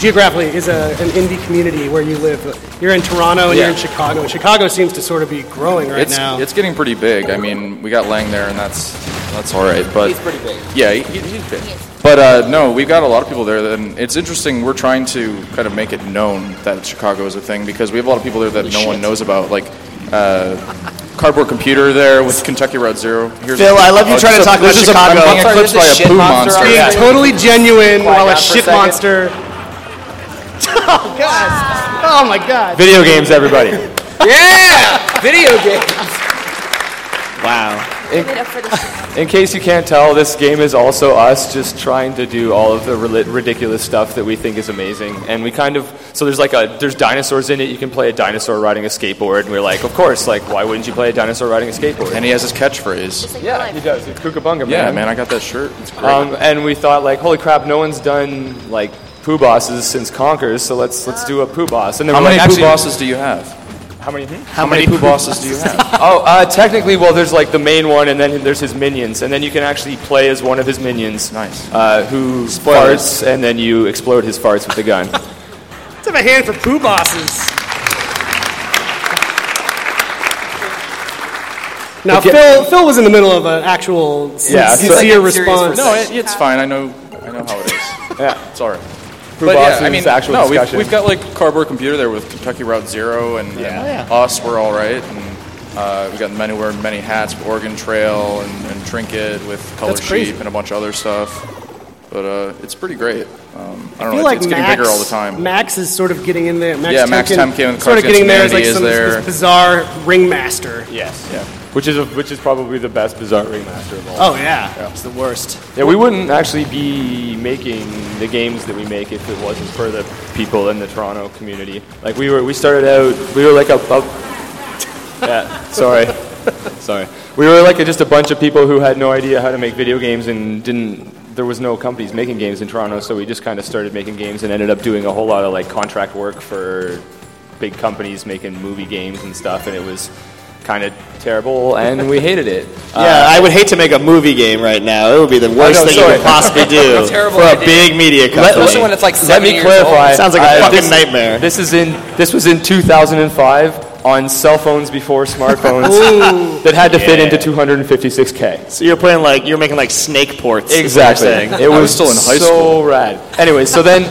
Speaker 2: geographically is a, an indie community where you live? You're in Toronto and you're in
Speaker 12: Yeah.
Speaker 2: Chicago. and Chicago seems to sort of be growing right
Speaker 12: it's,
Speaker 2: now.
Speaker 12: It's getting pretty big. I mean, we got Lang there, and that's that's all right. But
Speaker 2: He's pretty big.
Speaker 12: Yeah, he, he- he's big. But uh, no, we've got a lot of people there, and it's interesting. We're trying to kind of make it known that Chicago is a thing because we have a lot of people there that no one knows about, like. Uh, Cardboard computer there with Kentucky Route Zero. Here's
Speaker 2: Phil, I love you
Speaker 12: oh,
Speaker 2: trying to
Speaker 12: there's a-
Speaker 2: talk about
Speaker 12: there's a-
Speaker 2: Chicago.
Speaker 12: I'm being
Speaker 2: I'm sorry,
Speaker 12: eclipsed by
Speaker 2: there's a
Speaker 12: a
Speaker 2: shit
Speaker 12: poo
Speaker 2: monster
Speaker 12: monster.
Speaker 2: on Being screen. totally genuine while a shit monster-
Speaker 4: oh god! Oh my god!
Speaker 10: Video games, everybody.
Speaker 4: Yeah, video games.
Speaker 10: Wow.
Speaker 4: Give it up for the
Speaker 10: In case you can't tell, this game is also us just trying to do all of the reli- ridiculous stuff that we think is amazing. And we kind of so there's like a there's dinosaurs in it. You can play a dinosaur riding a skateboard, and we're like, of course, like why wouldn't you play a dinosaur riding a skateboard?
Speaker 12: And he has his catchphrase.
Speaker 10: Yeah, he does. It's Kookaburra,
Speaker 12: Yeah, man, I got that shirt. It's great.
Speaker 10: Um, and we thought like, holy crap, no one's done like poo bosses since Conkers, so let's let's do a poo boss. And then
Speaker 12: How
Speaker 10: we're
Speaker 12: many
Speaker 10: like,
Speaker 12: poo
Speaker 10: actually-
Speaker 12: bosses do you have?
Speaker 10: How many? hmm?
Speaker 12: How many poo bosses do you have?
Speaker 10: oh, uh, technically, well, there's like the main one, and then there's his minions, and then you can actually play as one of his minions. Nice. Uh, who
Speaker 12: Spoilers.
Speaker 10: farts, and then you explode his farts with the gun.
Speaker 2: Let's have a hand for poo bosses. Now,
Speaker 10: Okay.
Speaker 2: Phil, Phil was in the middle of an actual
Speaker 12: Yeah,
Speaker 2: sincere
Speaker 12: so-
Speaker 2: response.
Speaker 12: No, it, it's fine. I know. I know how it is.
Speaker 10: yeah,
Speaker 12: it's all right.
Speaker 10: Who
Speaker 12: But
Speaker 10: bosses
Speaker 12: yeah, I mean,
Speaker 10: actual
Speaker 12: no, we've,
Speaker 10: discussion.
Speaker 12: we've got like cardboard computer there with Kentucky Route Zero, and,
Speaker 10: Yeah.
Speaker 12: and
Speaker 10: Oh, yeah.
Speaker 12: us. We're all right. And uh, we got many wearing many hats, with Oregon Trail and, and Trinket with Color
Speaker 2: That's crazy.
Speaker 12: Sheep and a bunch of other stuff. But uh, it's pretty great. Um, I
Speaker 2: I
Speaker 12: don't
Speaker 2: feel
Speaker 12: know.
Speaker 2: like
Speaker 12: it's, it's getting
Speaker 2: Max,
Speaker 12: bigger all the time.
Speaker 2: Max is sort of getting in there. Max
Speaker 12: Yeah, Max
Speaker 2: Temkin,
Speaker 12: Temkin with
Speaker 2: sort
Speaker 12: Cards
Speaker 2: of
Speaker 12: Against
Speaker 2: getting there as like
Speaker 12: Humanity
Speaker 2: some
Speaker 12: is there.
Speaker 2: This bizarre ringmaster.
Speaker 10: Yes.
Speaker 12: Yeah.
Speaker 10: Which is a, which is probably the best bizarre ringmaster of all.
Speaker 2: Oh yeah. it's the worst.
Speaker 10: Yeah, we wouldn't actually be making the games that we make if it wasn't for the people in the Toronto community. Like we were, we started out, we were like a, a yeah, sorry, sorry. We were like a, just a bunch of people who had no idea how to make video games and didn't. There was no companies making games in Toronto, so we just kind of started making games and ended up doing a whole lot of like contract work for big companies making movie games and stuff, and it was kind of terrible, and we hated it. Uh,
Speaker 13: Yeah, I would hate to make a movie game right now. It would be the worst
Speaker 10: I know,
Speaker 13: thing you
Speaker 10: sorry.
Speaker 13: could possibly do
Speaker 10: Terrible
Speaker 13: for a
Speaker 10: idea.
Speaker 13: big media company.
Speaker 10: let me clarify.
Speaker 13: Sounds like a
Speaker 10: Uh,
Speaker 13: fucking
Speaker 10: this-
Speaker 13: nightmare.
Speaker 10: This is in. This was in 2005 on cell phones before
Speaker 13: Ooh.
Speaker 10: smartphones that had to fit
Speaker 13: Yeah.
Speaker 10: into 256k.
Speaker 13: So you're playing like you're making like snake ports. is what you're
Speaker 10: Exactly.
Speaker 13: saying.
Speaker 10: It was, so rad. Anyway, so then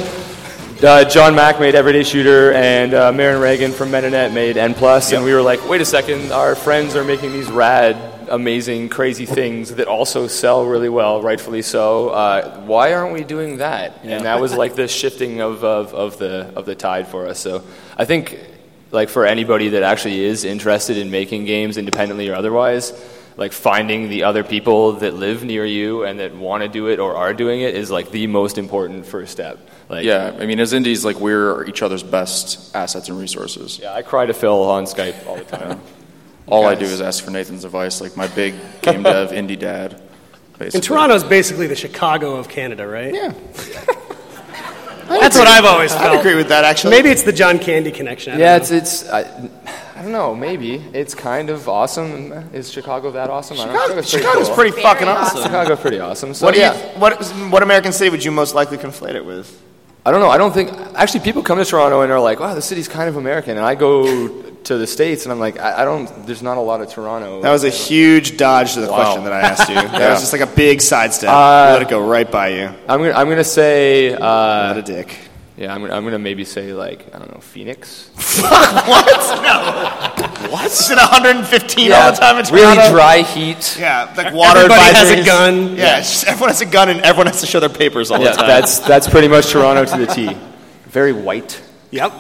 Speaker 10: uh, John Mack made Everyday Shooter, and uh, Marin Reagan from Metanet made N Plus, and we were like, wait a second, our friends are making these rad, amazing, crazy things that also sell really well, rightfully so. Uh, why aren't we doing that?
Speaker 12: Yeah.
Speaker 10: And that was like the shifting of, of, of the of the tide for us. So I think like for anybody that actually is interested in making games independently or otherwise like finding the other people that live near you and that want to do it or are doing it is like the most important first step like
Speaker 12: yeah, I mean, as indies, like we're each other's best assets and resources.
Speaker 10: Yeah, I cry to Phil on Skype all the time.
Speaker 12: all I do
Speaker 10: Guys.
Speaker 12: is ask for Nathan's advice, like my big game dev indie dad. Basically.
Speaker 2: And Toronto's basically the Chicago of Canada, right? Yeah. That's
Speaker 10: agree-
Speaker 2: what I've always
Speaker 10: I'd
Speaker 2: felt.
Speaker 10: agree with that, actually.
Speaker 2: Maybe it's the John Candy connection. I don't
Speaker 10: yeah
Speaker 2: know.
Speaker 10: it's it's I, I don't know maybe it's kind of awesome is Chicago that awesome I don't know. It's
Speaker 5: Chicago's
Speaker 10: cool.
Speaker 5: pretty Very fucking awesome. awesome.
Speaker 10: Chicago's pretty awesome so
Speaker 5: what, do
Speaker 10: yeah.
Speaker 5: you, what, what American city would you most likely conflate it with?
Speaker 10: I don't know. I don't think actually people come to Toronto and are like, "Wow, the city's kind of American." And I go to the states and I'm like, "I, I don't. There's not a lot of Toronto."
Speaker 13: That was a huge dodge to the question that I asked you. That
Speaker 10: Yeah.
Speaker 13: was just like a big sidestep.
Speaker 10: Uh,
Speaker 13: You let it go right by you.
Speaker 10: I'm gonna I'm gonna say uh, not
Speaker 13: a dick.
Speaker 10: Yeah, I'm gonna, I'm gonna maybe say like I don't know Phoenix.
Speaker 5: what? No. What? It's in 115 all the time in Toronto.
Speaker 10: really dry heat.
Speaker 5: Yeah, like water
Speaker 10: Everybody has a
Speaker 5: advisories.
Speaker 10: gun.
Speaker 5: Yeah, it's just everyone has a gun and everyone has to show their papers all
Speaker 10: Yeah,
Speaker 5: the time.
Speaker 10: that's that's pretty much Toronto to the T. Very white.
Speaker 2: Yep.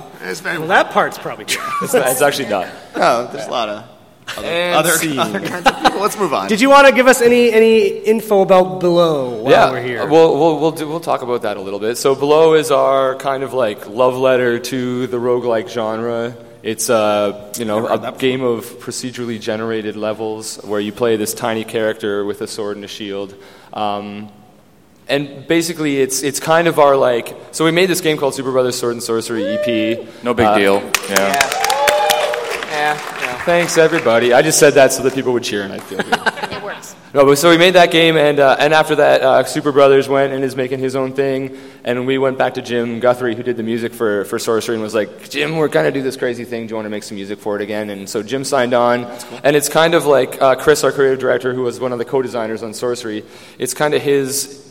Speaker 2: well, that part's probably true.
Speaker 10: It's, not, it's actually not.
Speaker 5: No, Oh, there's a lot of other, other,
Speaker 10: scene.
Speaker 5: other kinds of people. Let's move on.
Speaker 2: Did you want to give us any any info about below while
Speaker 10: yeah,
Speaker 2: we're here?
Speaker 10: We'll, we'll, we'll, do, we'll talk about that a little bit. So, Below is our kind of like love letter to the roguelike genre. It's uh, you know a game of procedurally generated levels where you play this tiny character with a sword and a shield. Um, and basically, it's, it's kind of our like. So, we made this game called Super Brothers Sword and Sorcery EP.
Speaker 12: No big
Speaker 10: Uh,
Speaker 12: deal. Yeah.
Speaker 5: Yeah.
Speaker 10: Thanks, everybody. I just said that so that people would cheer, and I feel good.
Speaker 3: It works.
Speaker 10: No, but so we made that game, and uh, and after that, uh, Super Brothers went and is making his own thing, and we went back to Jim Guthrie, who did the music for for Sorcery, and was like, Jim, we're gonna do this crazy thing. Do you want to make some music for it again? And so Jim signed on, and it's kind of like uh, Chris, our creative director, who was one of the co-designers on Sorcery. It's kind of his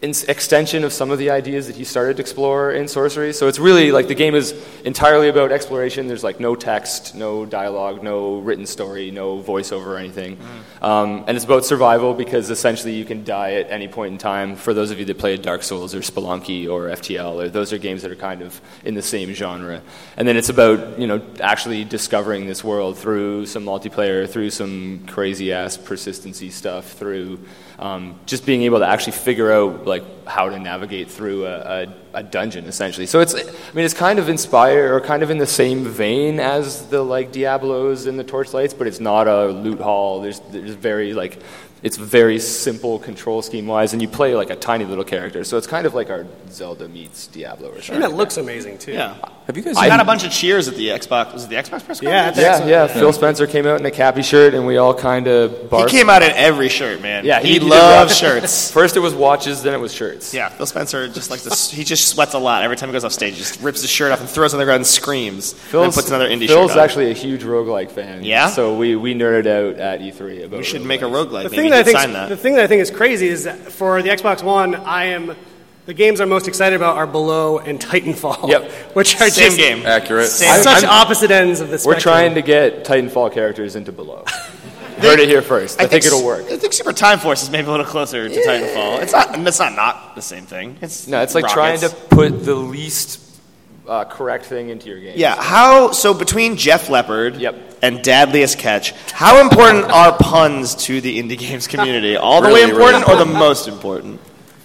Speaker 10: in extension of some of the ideas that he started to explore in sorcery. So it's really like the game is entirely about exploration. There's like no text, no dialogue, no written story, no voiceover or anything. Um, and it's about survival because essentially you can die at any point in time. For those of you that played Dark Souls or Spelunky or FTL, or those are games that are kind of in the same genre. And then it's about you know actually discovering this world through some multiplayer, through some crazy ass persistency stuff, through um, just being able to actually figure out like how to navigate through a, a, a dungeon essentially. So it's I mean it's kind of inspired or kind of in the same vein as the like Diablos and the Torchlights, but it's not a loot haul. There's there's very like it's very simple control scheme wise, and you play like a tiny little character. So it's kind of like our Zelda meets Diablo or something.
Speaker 2: And it looks amazing too.
Speaker 10: Yeah. Have you guys-
Speaker 5: I got a bunch of cheers at the Xbox. Was it the Xbox press
Speaker 2: Yeah,
Speaker 5: conference?
Speaker 10: Yeah, yeah.
Speaker 2: uh,
Speaker 10: Phil Spencer came out in a cappy shirt, and we all kind of barfed.
Speaker 5: He came out in every shirt, man.
Speaker 10: Yeah,
Speaker 5: he,
Speaker 10: did
Speaker 5: loves
Speaker 10: rock.
Speaker 5: shirts.
Speaker 10: First it was watches, then it was shirts.
Speaker 5: Yeah, Phil Spencer just likes to. He just sweats a lot every time he goes off stage. He just rips his shirt off and throws it on the ground and screams. and then puts another indie
Speaker 10: Phil's
Speaker 5: shirt on.
Speaker 10: actually a huge roguelike fan.
Speaker 5: Yeah?
Speaker 10: So we, we nerded out at E3 about
Speaker 5: we should make a roguelike.
Speaker 2: The
Speaker 5: Maybe
Speaker 2: thing
Speaker 5: he
Speaker 2: that I
Speaker 5: could
Speaker 2: think
Speaker 5: sign that.
Speaker 2: the thing that I think is crazy is that for the Xbox One, I am the games I'm most excited about are Below and Titanfall. Yep, which are
Speaker 5: Same
Speaker 2: just
Speaker 5: game.
Speaker 10: Accurate.
Speaker 2: Such
Speaker 10: Same. I'm-
Speaker 2: opposite ends of the spectrum.
Speaker 10: We're trying to get Titanfall characters into below. Heard it here first. I, think,
Speaker 5: s-
Speaker 10: it'll work.
Speaker 5: I think Super Time Force is maybe a little closer to Titanfall. It's not. It's not not the same thing. It's
Speaker 10: No, it's like trying
Speaker 5: rockets.
Speaker 10: to put the least uh, correct thing into your game.
Speaker 5: Yeah, how so between Jeff Leopard and Dadliest Catch, how important are puns to the indie games community? All the way
Speaker 12: Really, really
Speaker 5: important or the most important?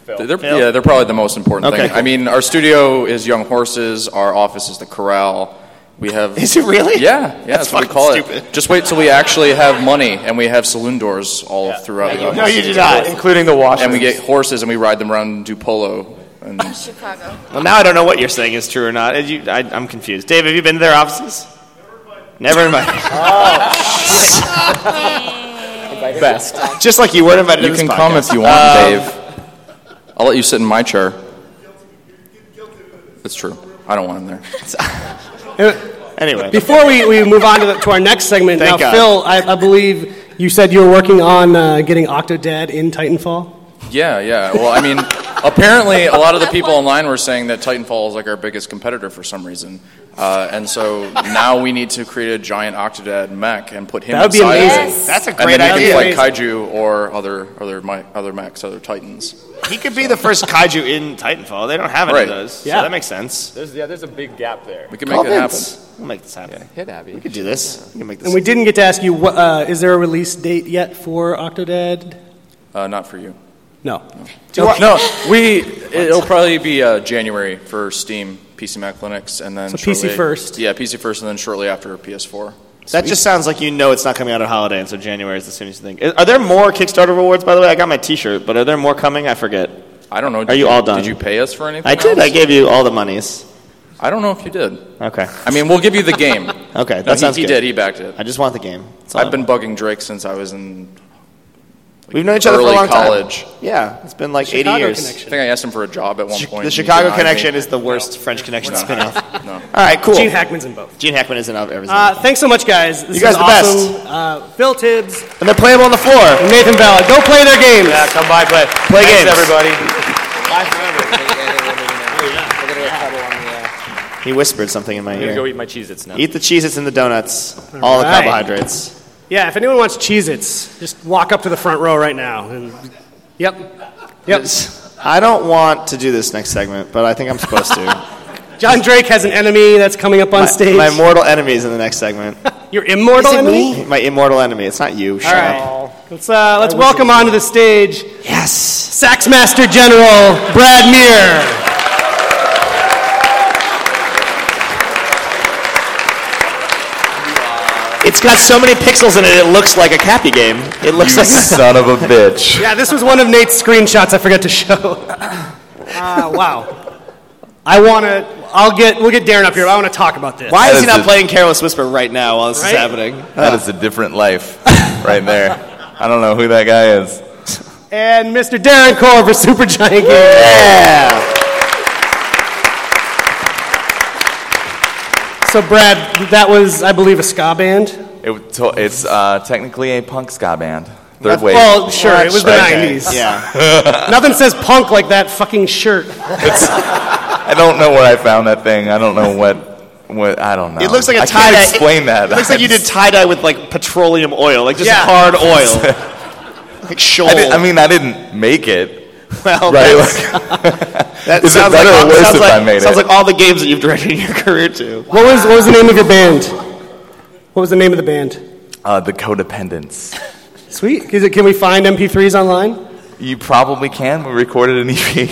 Speaker 12: They're, yeah, they're probably the most important
Speaker 5: Okay,
Speaker 12: thing.
Speaker 5: cool.
Speaker 12: I mean, our studio is Young Horses. Our office is the Corral. We have.
Speaker 5: Is it really?
Speaker 12: Yeah, yeah. That's, what we
Speaker 5: fucking
Speaker 12: call
Speaker 5: stupid.
Speaker 12: it. Just wait till we actually have money and we have saloon doors all throughout. the
Speaker 5: No, you do not.
Speaker 12: office.
Speaker 10: Including the washers.
Speaker 12: And we get horses and we ride them around and do polo. And
Speaker 3: Chicago.
Speaker 5: Well, now I don't know what you're saying is true or not. Uh, you- I, am confused. Dave, have you been to their offices? Never invited.
Speaker 4: Oh,
Speaker 12: Best.
Speaker 5: Just like you weren't invited.
Speaker 12: You
Speaker 5: to this
Speaker 12: can come
Speaker 5: podcast.
Speaker 12: if you want,
Speaker 5: Um,
Speaker 12: Dave. I'll let you sit in my chair. That's true. I don't want him there.
Speaker 5: Um, Anyway.
Speaker 2: Before we, we move on to, the, to our next segment,
Speaker 5: Thank
Speaker 2: now,
Speaker 5: God.
Speaker 2: Phil, I, I believe you said you were working on uh, getting Octodad in Titanfall.
Speaker 12: Yeah, yeah. Well, I mean, apparently a lot of the people online were saying that Titanfall is like our biggest competitor for some reason, uh, and so now we need to create a giant Octodad mech and put him.
Speaker 2: That would be
Speaker 12: inside of it.
Speaker 2: amazing. Yes. That's a
Speaker 12: And
Speaker 2: great
Speaker 12: then he
Speaker 2: idea.
Speaker 12: can Fight
Speaker 2: Amazing.
Speaker 12: kaiju or other other mi- other mechs, other Titans.
Speaker 5: He could be the first kaiju in Titanfall. They don't have any
Speaker 12: Right.
Speaker 5: of those.
Speaker 12: Yeah.
Speaker 5: So that makes sense.
Speaker 10: There's, yeah, there's a big gap there.
Speaker 12: We can make it happen.
Speaker 5: We'll make this happen.
Speaker 10: hit Abby. We
Speaker 5: could do this. We can make this.
Speaker 2: And we didn't get to ask you, what, uh, is there a release date yet for Octodad?
Speaker 12: Uh, not for you.
Speaker 2: No.
Speaker 12: No, no, we. It'll probably be uh, January for Steam, PC Mac, Linux, and then
Speaker 2: So PC
Speaker 12: shortly-
Speaker 2: first.
Speaker 12: Yeah, PC first, and then shortly after PS4.
Speaker 5: That just sounds like you know it's not coming out on holiday, and so January is the soonest thing. Are there more Kickstarter rewards, by the way? I got my T-shirt, but are there more coming? I forget.
Speaker 12: I don't know.
Speaker 5: Are
Speaker 12: Did
Speaker 5: you all done?
Speaker 12: Did you pay us for anything?
Speaker 5: I did. I
Speaker 12: else?
Speaker 5: gave you all the monies.
Speaker 12: I don't know if you did.
Speaker 5: Okay.
Speaker 12: I mean, we'll give you the game.
Speaker 5: Okay, that
Speaker 12: No, he-
Speaker 5: sounds
Speaker 12: he,
Speaker 5: good.
Speaker 12: did. He backed it.
Speaker 5: I just want the game. That's all I
Speaker 12: I've been bugging Drake since I was in. like,
Speaker 5: We've known each other for a
Speaker 12: early
Speaker 5: long time.
Speaker 12: college.
Speaker 5: Yeah, it's been like
Speaker 12: The
Speaker 5: 80
Speaker 12: Chicago
Speaker 5: years.
Speaker 12: Connection. I think I asked him for a job at one
Speaker 5: Chi-
Speaker 12: point.
Speaker 5: The
Speaker 12: and he
Speaker 5: Chicago
Speaker 12: denied
Speaker 5: Connection
Speaker 12: me.
Speaker 5: is the worst French Connection spinoff.
Speaker 12: No.
Speaker 5: All right, cool.
Speaker 2: Gene Hackman's in both.
Speaker 5: Gene Hackman is in everything.
Speaker 2: Uh, thanks so much, guys. This
Speaker 5: You guys
Speaker 2: is
Speaker 5: are the best.
Speaker 2: awesome. Uh, Phil Tibbs.
Speaker 5: and they're playable on the floor.
Speaker 2: Nathan Ballard, go play their games.
Speaker 5: Yeah, come by, play. Play games.
Speaker 10: Thanks, everybody.
Speaker 5: Oh, He whispered something in my
Speaker 10: I'm gonna
Speaker 5: ear.
Speaker 10: go eat my Cheez-Its now.
Speaker 5: Eat the Cheez-Its and the donuts. all the
Speaker 2: right.
Speaker 5: carbohydrates.
Speaker 2: Yeah, if anyone wants Cheez-Its, just walk up to the front row right now. And, yep. Yep.
Speaker 5: I don't want to do this next segment, but I think I'm supposed to.
Speaker 2: John Drake has an enemy that's coming up on
Speaker 5: my,
Speaker 2: stage.
Speaker 5: my mortal enemy is in the next segment.
Speaker 2: Your immortal
Speaker 5: Is it
Speaker 2: enemy?
Speaker 5: me? My immortal enemy. It's not you. Shut
Speaker 2: All right.
Speaker 5: up.
Speaker 2: Let's, uh, let's welcome onto the stage.
Speaker 5: Yes.
Speaker 2: Sax Master General Brad Muir.
Speaker 5: It's got so many pixels in it, it looks like a Cappy game. It looks like
Speaker 13: son of a bitch.
Speaker 2: Yeah, this was one of Nate's screenshots I forgot to show. Ah, wow. I want to. I'll get. We'll get Darren up here. I want to talk about this.
Speaker 5: Why is he
Speaker 13: That is
Speaker 5: not
Speaker 13: a-
Speaker 5: playing Careless Whisper right now while this
Speaker 2: Right?
Speaker 5: is happening?
Speaker 13: That is a different life right there.
Speaker 11: I don't know who that guy is.
Speaker 2: And Mr. Darren Core for Supergiant Games. Yeah. So, Brad, that was, I believe, a ska band.
Speaker 11: It, w- to- it's uh, technically a punk ska band. Third
Speaker 2: That's-
Speaker 11: wave.
Speaker 2: Well, sure, it was the
Speaker 11: Okay.
Speaker 2: 90s. Nothing says punk like that fucking shirt.
Speaker 11: I don't know where I found that thing. I don't know what. What I don't know.
Speaker 5: It looks like a
Speaker 11: I
Speaker 5: tie
Speaker 11: can't
Speaker 5: dye.
Speaker 11: explain that.
Speaker 5: It looks like you did tie dye with like petroleum oil, like just
Speaker 11: Yeah.
Speaker 5: hard oil, like shoal.
Speaker 11: I, did, I mean, I didn't make it.
Speaker 5: Well,
Speaker 11: right.
Speaker 5: that's-
Speaker 11: Like,
Speaker 5: that
Speaker 11: Is it
Speaker 5: sounds
Speaker 11: better
Speaker 5: like,
Speaker 11: or worse
Speaker 5: sounds
Speaker 11: if
Speaker 5: like,
Speaker 11: I made it?
Speaker 5: Sounds like all the games that you've directed in your career to.
Speaker 2: What was, what was the name of your band? What was the name of the band?
Speaker 11: uh, the codependence.
Speaker 2: Sweet. Is it, can we find MP3s online?
Speaker 11: You probably can. We recorded an EP.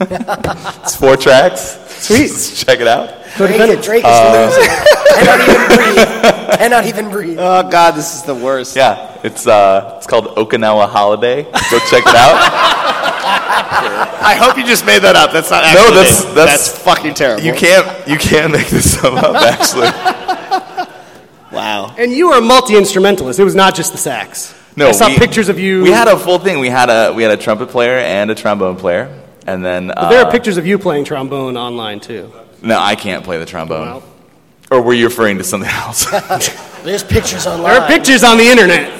Speaker 11: it's four tracks.
Speaker 2: Sweet.
Speaker 11: Check it out.
Speaker 1: Drake, Drake is
Speaker 11: Uh,
Speaker 1: losing. Cannot even breathe. Cannot even breathe.
Speaker 5: Oh God, this is the worst.
Speaker 11: Yeah, it's uh, it's called Okinawa Holiday. Go check it out.
Speaker 5: I hope you just made that up. That's not
Speaker 11: no,
Speaker 5: actually.
Speaker 11: that's
Speaker 5: it.
Speaker 11: that's,
Speaker 5: fucking terrible.
Speaker 11: You can't you can't make this stuff up. Actually,
Speaker 5: wow.
Speaker 2: And you were a multi instrumentalist. It was not just the sax.
Speaker 11: No,
Speaker 2: I saw
Speaker 11: we-
Speaker 2: pictures of you.
Speaker 11: we had a full thing. We had a we had a trumpet player and a trombone player, and then uh,
Speaker 2: But there are pictures of you playing trombone online too.
Speaker 11: No, I can't play the trombone. Or were you referring to something else?
Speaker 1: There's pictures online.
Speaker 2: There are pictures on the internet.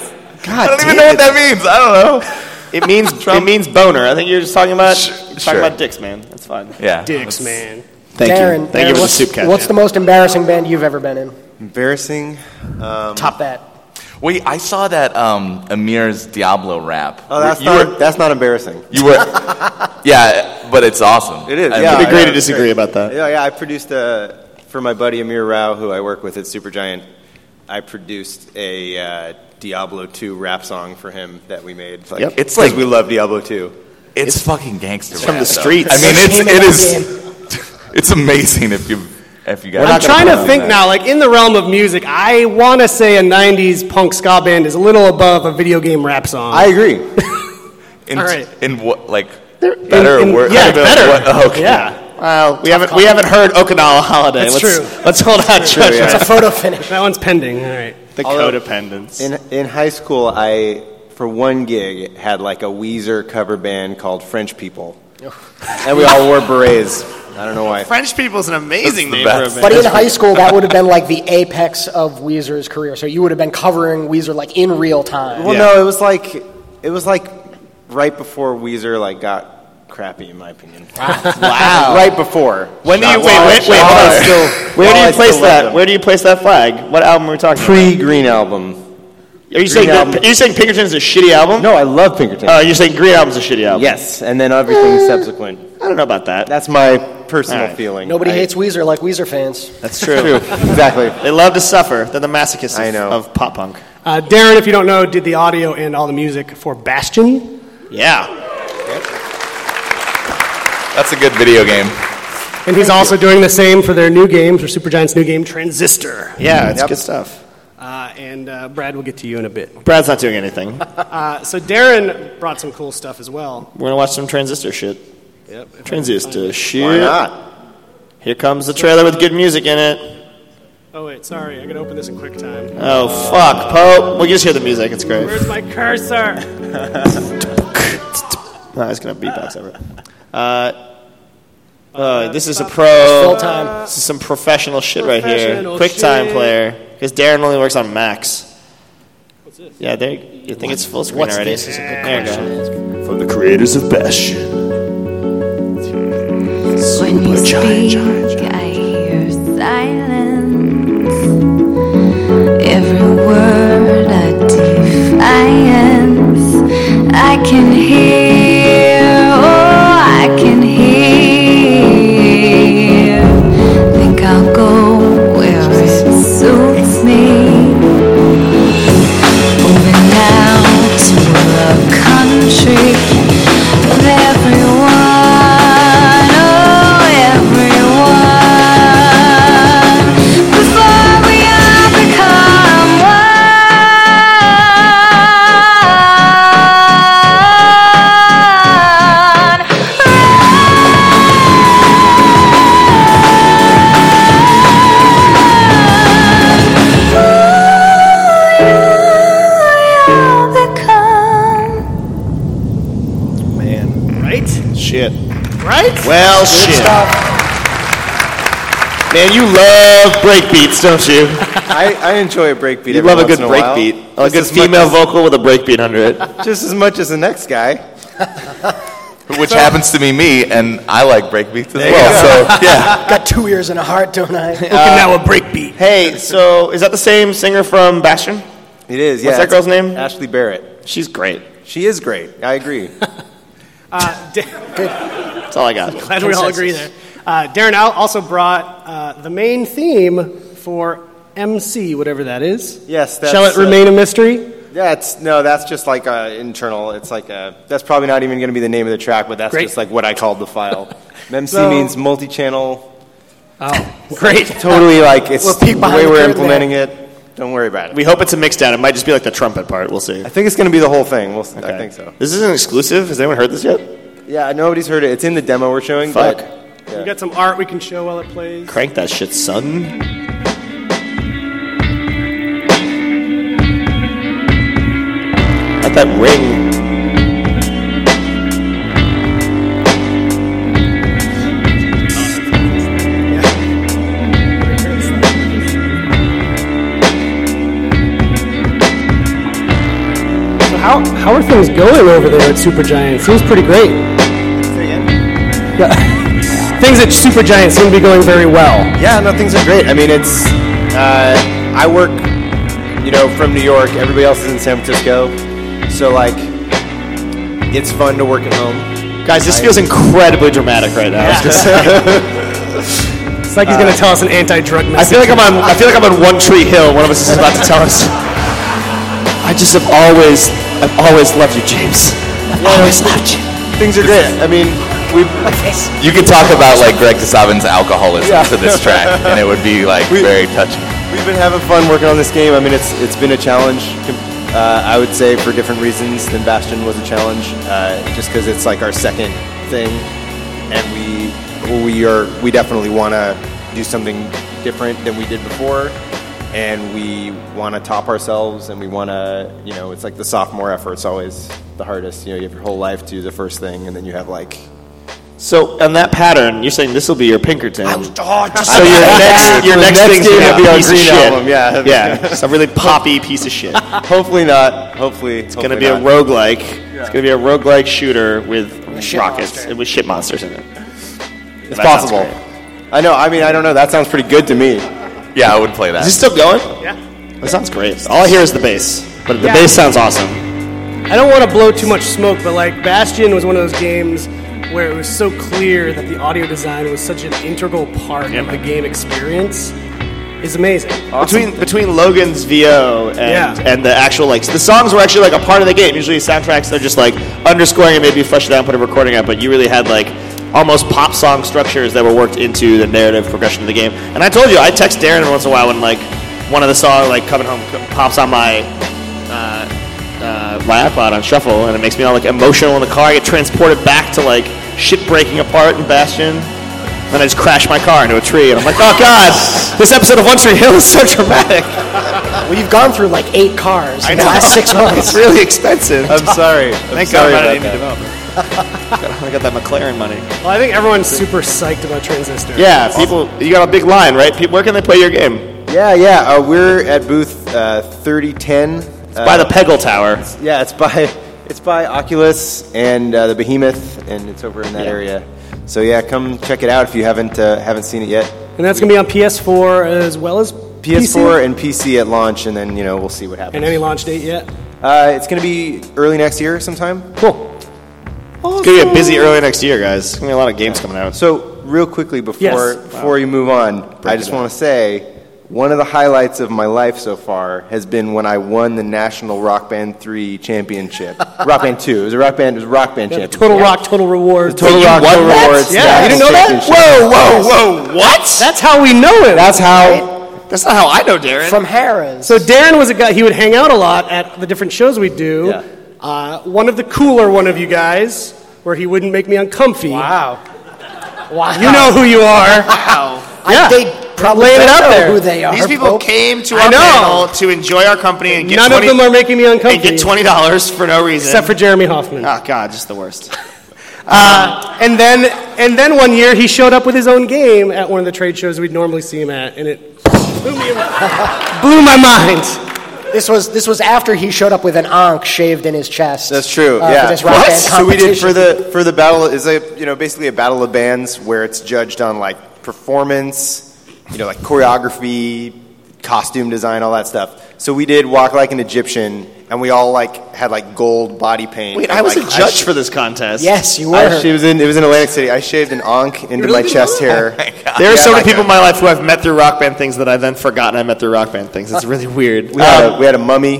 Speaker 5: God, I
Speaker 11: don't even know what that means. I don't know.
Speaker 5: It means it means boner. I think you're just talking about talking
Speaker 11: sure.
Speaker 5: about dicks, man. That's fine.
Speaker 11: Yeah.
Speaker 2: Dicks, man.
Speaker 5: Thank
Speaker 1: Darren,
Speaker 5: you. Thank you
Speaker 1: Darren,
Speaker 5: for the
Speaker 1: what's,
Speaker 5: soup cat.
Speaker 1: What's the most embarrassing band you've ever been in?
Speaker 11: Embarrassing. Um,
Speaker 1: Top that.
Speaker 11: Wait, I saw that um, Amir's Diablo rap.
Speaker 14: Oh, that's
Speaker 11: you
Speaker 14: not,
Speaker 11: were,
Speaker 14: that's not embarrassing.
Speaker 11: you were yeah, but it's awesome.
Speaker 14: It is.
Speaker 11: I
Speaker 14: yeah,
Speaker 11: mean,
Speaker 14: yeah,
Speaker 11: yeah.
Speaker 14: sure. Yeah, yeah. I produced a for my buddy Amir Rao, who I work with at Supergiant. I produced a uh, Diablo 2 rap song for him that we made. Like,
Speaker 11: Yep. It's
Speaker 14: 'cause
Speaker 11: like-
Speaker 14: we love Diablo 2.
Speaker 11: It's, fucking gangster.
Speaker 14: It's from
Speaker 11: rap,
Speaker 14: the
Speaker 11: though.
Speaker 14: streets.
Speaker 11: I mean, it's
Speaker 14: Came in
Speaker 11: it
Speaker 14: that
Speaker 11: is it's amazing if you if you guys.
Speaker 2: I'm trying to think now, like in the realm of music, I want to say a 90s punk ska band is a little above a video game rap song. I
Speaker 14: agree.
Speaker 11: In,
Speaker 2: All right.
Speaker 11: in what like better
Speaker 2: in-
Speaker 11: or worse?
Speaker 2: yeah,
Speaker 11: Like,
Speaker 2: better.
Speaker 11: What, oh, okay.
Speaker 2: Yeah.
Speaker 5: Well, we haven't we haven't heard Okinawa holiday.
Speaker 2: That's
Speaker 5: let's,
Speaker 2: true.
Speaker 5: Let's hold out
Speaker 14: That's true, yeah.
Speaker 5: judgment.
Speaker 14: It's a
Speaker 2: photo finish. That one's pending. All right.
Speaker 5: The
Speaker 14: Although-
Speaker 5: codependence.
Speaker 14: In in high school, I for one gig had like a Weezer cover band called French People, and we all wore berets. I don't know why.
Speaker 5: French people is an amazing name for a band.
Speaker 1: But in high school, that would have been like the apex of Weezer's career. So you would have been covering Weezer like in real time.
Speaker 14: Well, no, it was like it was like right before Weezer like got crappy, in my opinion.
Speaker 5: Wow.
Speaker 14: right before.
Speaker 5: When do you
Speaker 14: Not
Speaker 5: wait?
Speaker 14: while-
Speaker 5: Wait, wait.
Speaker 14: while
Speaker 5: hold
Speaker 14: I
Speaker 5: on.
Speaker 14: still-
Speaker 5: Where do
Speaker 14: while I
Speaker 5: you place
Speaker 14: still loved
Speaker 5: that?
Speaker 14: them.
Speaker 5: Where do you place that flag? What album are we talking?
Speaker 14: Pre Green album.
Speaker 5: Are you saying
Speaker 14: Green
Speaker 5: that,
Speaker 14: Album.
Speaker 5: are you saying Pinkerton's a shitty album?
Speaker 14: No, I love Pinkerton.
Speaker 5: Oh, you're saying Green Album's a shitty album. Eh.
Speaker 14: Yes, and then everything subsequent.
Speaker 5: I don't know about that.
Speaker 14: That's my personal
Speaker 5: All right.
Speaker 14: feeling.
Speaker 1: Nobody
Speaker 14: I-
Speaker 1: hates Weezer like Weezer fans.
Speaker 5: That's true.
Speaker 14: True. Exactly.
Speaker 5: They love to suffer. They're the masochists
Speaker 14: I know.
Speaker 5: of pop punk.
Speaker 2: Uh, Darren, if you don't know, did the audio and all the music for Bastion.
Speaker 5: Yeah.
Speaker 11: That's a good video game.
Speaker 2: And he's also doing the same for their new game, for Supergiant's new game, Transistor.
Speaker 5: Yeah, it's good stuff.
Speaker 2: Uh, and uh, Brad will get to you in a bit.
Speaker 5: Brad's not doing anything.
Speaker 2: Uh, so Darren brought some cool stuff as well.
Speaker 5: We're gonna watch some transistor shit.
Speaker 2: Yep. if I can find
Speaker 5: Transistor
Speaker 2: it.
Speaker 5: shit. Here comes the trailer with good music in it.
Speaker 2: Oh wait, sorry, I gotta open this in quick time.
Speaker 5: Oh fuck, Pope. We just hear the music. It's great.
Speaker 2: Where's my cursor?
Speaker 5: No, it's gonna beatbox over. it. Uh, uh, this is a pro.
Speaker 2: Full time.
Speaker 5: This is some professional shit right
Speaker 2: Uh, Professional
Speaker 5: here. Quick time
Speaker 2: shit.
Speaker 5: player. Because Darren only works on Max.
Speaker 2: What's this?
Speaker 5: Yeah, there. You think it's full screen
Speaker 2: What's
Speaker 5: already?
Speaker 2: this? Is a good
Speaker 5: There you
Speaker 2: question
Speaker 5: go.
Speaker 10: From the creators of Bastion.
Speaker 15: When you speak, I hear silence. Every word a defiance. I can hear, oh, I can hear. Think I'll go where it suits me. Moving out to a country. With everyone, oh everyone, before we all become one.
Speaker 5: shit.
Speaker 2: Right?
Speaker 5: Well,
Speaker 2: Good
Speaker 5: shit.
Speaker 2: stuff.
Speaker 5: Man, you love breakbeats, don't you?
Speaker 14: I, I enjoy a breakbeat.
Speaker 5: You
Speaker 14: every
Speaker 5: love a
Speaker 14: once
Speaker 5: good
Speaker 14: in while.
Speaker 5: breakbeat. A
Speaker 14: Just
Speaker 5: good
Speaker 14: as much
Speaker 5: female
Speaker 14: as-
Speaker 5: vocal with a breakbeat under it.
Speaker 14: Just as much as the next guy.
Speaker 11: Which happens to be me, and I like breakbeats as
Speaker 14: There you
Speaker 11: well.
Speaker 14: go.
Speaker 11: So yeah,
Speaker 1: Got two ears and a heart, don't I?
Speaker 5: a breakbeat. Uh, Hey, so is that the same singer from Bastion?
Speaker 14: It is. Yeah.
Speaker 5: What's that
Speaker 14: it's
Speaker 5: girl's name?
Speaker 14: Ashley Barrett.
Speaker 5: She's great.
Speaker 14: She is great. I agree.
Speaker 2: Uh, Da-
Speaker 5: That's all I got.
Speaker 2: Glad we all agree there. Uh, Darren Out also brought uh, the main theme for MC, whatever that is.
Speaker 14: Yes. That's,
Speaker 2: Shall it
Speaker 14: uh,
Speaker 2: remain a mystery?
Speaker 14: Yeah, it's no. That's just like uh, internal. It's like uh That's probably not even going to be the name of the track, but that's
Speaker 2: Great.
Speaker 14: just like what I called the file. MemC
Speaker 2: So-
Speaker 14: means multi-channel.
Speaker 2: Oh, great.
Speaker 5: Uh,
Speaker 14: Totally like it's
Speaker 2: We'll
Speaker 14: the
Speaker 2: peek behind
Speaker 14: way
Speaker 2: the
Speaker 14: we're
Speaker 2: curtain
Speaker 14: implementing it. Don't worry about it.
Speaker 5: We hope it's a mixdown. It might just be like the trumpet part. We'll see.
Speaker 14: I think it's going to be the whole thing. We'll, I think so.
Speaker 5: This is an exclusive. Has anyone heard this yet?
Speaker 14: Yeah, nobody's heard it. It's in the demo we're showing.
Speaker 5: Fuck.
Speaker 14: But
Speaker 2: We got some art we can show while it plays.
Speaker 5: Crank that shit, son. At that ring.
Speaker 2: So how, how are things going over there at Supergiant? Seems pretty great. Yeah. things at Supergiant seem to be going very well.
Speaker 14: Yeah, no, things are great. I mean, it's uh, I work, you know, from New York. Everybody else is in San Francisco, so like, it's fun to work at home.
Speaker 5: Guys, this feels incredibly dramatic right now. I was just saying.
Speaker 2: It's like he's going to tell us an anti-drug
Speaker 5: I
Speaker 2: message.
Speaker 5: feel like I'm on. I feel like I'm on One Tree Hill. One of us is about to tell us. I just have always, I've always loved you, James. I've always loved you.
Speaker 14: Things are great. I mean, we
Speaker 11: you could talk about like Greg Kasavin's alcoholism
Speaker 14: Yeah.
Speaker 11: to this track, and it would be like very touching.
Speaker 14: we've been having fun working on this game. I mean, it's it's been a challenge. Uh, I would say for different reasons than Bastion was a challenge, uh, just because it's like our second thing, and we we are we definitely want to do something different than we did before, and we want to top ourselves, and we want to you know it's like the sophomore effort's always the hardest. You know, you have your whole life to do the first thing, and then you have like
Speaker 5: So on that pattern, you're saying this will be your Pinkerton. so
Speaker 14: I-
Speaker 5: your next, your
Speaker 14: I- the
Speaker 5: next,
Speaker 14: next
Speaker 5: thing's
Speaker 14: game
Speaker 5: gonna
Speaker 14: will be
Speaker 5: be a
Speaker 14: our
Speaker 5: piece of
Speaker 14: green
Speaker 5: shit.
Speaker 14: album, yeah.
Speaker 5: yeah, just a really poppy piece of shit. It's
Speaker 14: hopefully not. Hopefully it's
Speaker 5: gonna be a roguelike. It's gonna be a roguelike shooter with rockets and with shit monsters in it.
Speaker 14: It's
Speaker 5: That sounds
Speaker 14: possible.
Speaker 5: great.
Speaker 14: I know. I mean, I don't know. That sounds pretty good to me.
Speaker 11: Yeah, I would play that.
Speaker 5: Is this still going?
Speaker 2: Yeah.
Speaker 5: That sounds great. All I hear is the bass, but the
Speaker 2: Yeah.
Speaker 5: bass sounds awesome.
Speaker 2: I don't want to blow too much smoke, but like Bastion was one of those games where it was so clear that the audio design was such an integral part of the game experience. It's amazing.
Speaker 5: Between between Logan's VO and
Speaker 2: Yeah.
Speaker 5: and the actual like the songs were actually like a part of the game. Usually soundtracks they're just like underscoring and maybe flesh it out and put a recording out, but you really had like almost pop song structures that were worked into the narrative progression of the game. And I told you I text Darren every once in a while when like one of the songs like coming home co- pops on my uh, uh, my iPod on shuffle and it makes me all like emotional in the car. I get transported back to like shit breaking apart in Bastion. Then I just crash my car into a tree, and I'm like, "Oh God, this episode of One Tree Hill is so dramatic."
Speaker 1: Well, you've gone through like eight cars
Speaker 5: I
Speaker 1: in the
Speaker 5: know.
Speaker 1: last six months.
Speaker 5: It's really expensive.
Speaker 14: I'm sorry.
Speaker 5: Thank
Speaker 2: sorry
Speaker 5: God I'm not
Speaker 2: about
Speaker 5: an indie developer. I got that McLaren money.
Speaker 2: Well, I think everyone's super psyched about Transistor.
Speaker 5: Yeah, people, you got a big line, right? People, where can they play your game?
Speaker 14: Yeah, yeah. Uh, we're at booth uh, 3010. It's
Speaker 5: by the Peggle Tower.
Speaker 14: Yeah, it's by it's by Oculus and uh, the Behemoth, and it's over in that area. So yeah, come check it out if you haven't uh, haven't seen it yet.
Speaker 2: And that's going to be on PS4 as well as
Speaker 14: PS4 and PC at launch, and then you know we'll see what happens.
Speaker 2: and any launch date yet?
Speaker 14: Uh, it's going to be early next year sometime.
Speaker 2: Cool.
Speaker 5: It's gonna be a busy early next year, guys. There's gonna be a lot of games coming out.
Speaker 14: So real quickly before
Speaker 5: Yes.
Speaker 14: before you move on, I just want to say one of the highlights of my life so far has been when I won the National Rock Band Three Championship. rock Band Two. It was a Rock Band. It was a Rock Band Championship.
Speaker 2: Total Rock, Total Reward.
Speaker 14: Total Rock Total Rewards.
Speaker 2: Yeah, you didn't know that?
Speaker 14: Whoa,
Speaker 5: whoa, what?
Speaker 2: That's how we know it.
Speaker 14: That's how.
Speaker 5: That's not how Oh, I know Darren.
Speaker 1: From Harris.
Speaker 2: So Darren was a guy. He would hang out a lot at the different shows we do. Uh, one of the cooler one of you guys, where he wouldn't make me uncomfy. Wow.
Speaker 1: Wow.
Speaker 2: You know who you are.
Speaker 5: Wow.
Speaker 1: I-
Speaker 2: Yeah.
Speaker 1: they probably
Speaker 2: Laying it
Speaker 1: don't
Speaker 2: out
Speaker 1: know
Speaker 2: there.
Speaker 1: who they are.
Speaker 5: These people came to
Speaker 2: I
Speaker 5: our
Speaker 2: know.
Speaker 5: panel to enjoy our company and get
Speaker 2: None
Speaker 5: 20
Speaker 2: of them are making me uncomfy.
Speaker 5: and get twenty dollars for no reason, Ah,
Speaker 2: Except for Jeremy Hoffman.
Speaker 5: Oh God, just the worst.
Speaker 2: Uh, and then and then one year he showed up with his own game at one of the trade shows we'd normally see him at, and it blew my mind.
Speaker 1: This was this was after he showed up with an ankh shaved in his chest.
Speaker 14: That's true.
Speaker 1: uh,
Speaker 14: yeah.
Speaker 1: For this rock band
Speaker 14: So we did for
Speaker 1: competition.
Speaker 14: the for the battle is a you know basically a battle of bands where it's judged on like performance, you know like choreography, costume design, all that stuff. So we did walk like an Egyptian, and we all like had like gold body paint.
Speaker 5: Wait,
Speaker 14: And,
Speaker 5: I was
Speaker 14: like,
Speaker 5: a judge
Speaker 14: sh-
Speaker 5: for this contest.
Speaker 1: Yes, you
Speaker 14: I, she was in. It was in Atlantic City. I shaved an ankh into my
Speaker 5: Really?
Speaker 14: chest hair.
Speaker 5: Oh my God. There are so many people in my life who I've met through rock band things that I've then forgotten I met through rock band things. It's really weird. Um,
Speaker 14: We had, a, we had a mummy.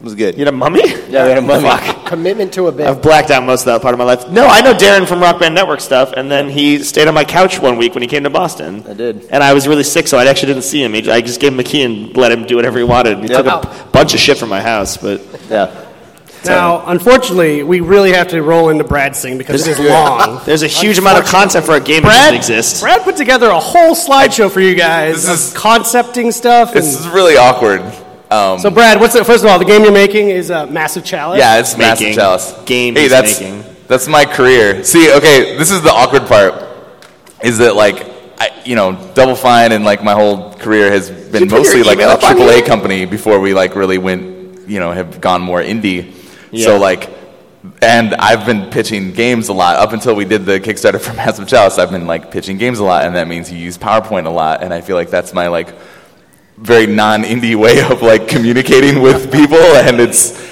Speaker 14: It was good. You
Speaker 5: had a mummy? Yeah, we had a mummy. Fuck.
Speaker 1: Commitment to a bit.
Speaker 5: I've blacked out most of that part of my life. No, I know Darren from Rock Band Network stuff, and then he stayed on my couch one week when he came to Boston. I did. And I was really sick, so I actually didn't see him. He, I just gave him a key and let him do whatever he wanted. He took a b- bunch of shit from my house, but yeah.
Speaker 2: Now, unfortunately, we really have to roll into Brad's thing because it is long.
Speaker 5: There's a huge amount of content for a game that
Speaker 2: Brad,
Speaker 5: doesn't exist.
Speaker 2: Brad put together a whole slideshow for you guys, of concepting stuff. And,
Speaker 11: This is really awkward. Um,
Speaker 2: so, Brad, what's the, first of all, the game you're making is a massive challenge.
Speaker 11: yeah, it's massive chalice.
Speaker 5: Game
Speaker 11: hey,
Speaker 5: is
Speaker 11: that's,
Speaker 5: making.
Speaker 11: That's my career. See, okay, this is the awkward part. Is that like, I, you know, Double Fine and like my whole career has been
Speaker 5: you put your
Speaker 11: mostly like
Speaker 5: email
Speaker 11: a
Speaker 5: up on
Speaker 11: AAA
Speaker 5: here?
Speaker 11: company before we like really went, you know, have gone more indie.
Speaker 5: Yeah.
Speaker 11: So like, and I've been pitching games a lot up until we did the Kickstarter for Massive Chalice. I've been like pitching games a lot, and that means you use PowerPoint a lot, and I feel like that's my like very non-indie way of like communicating with people, and it's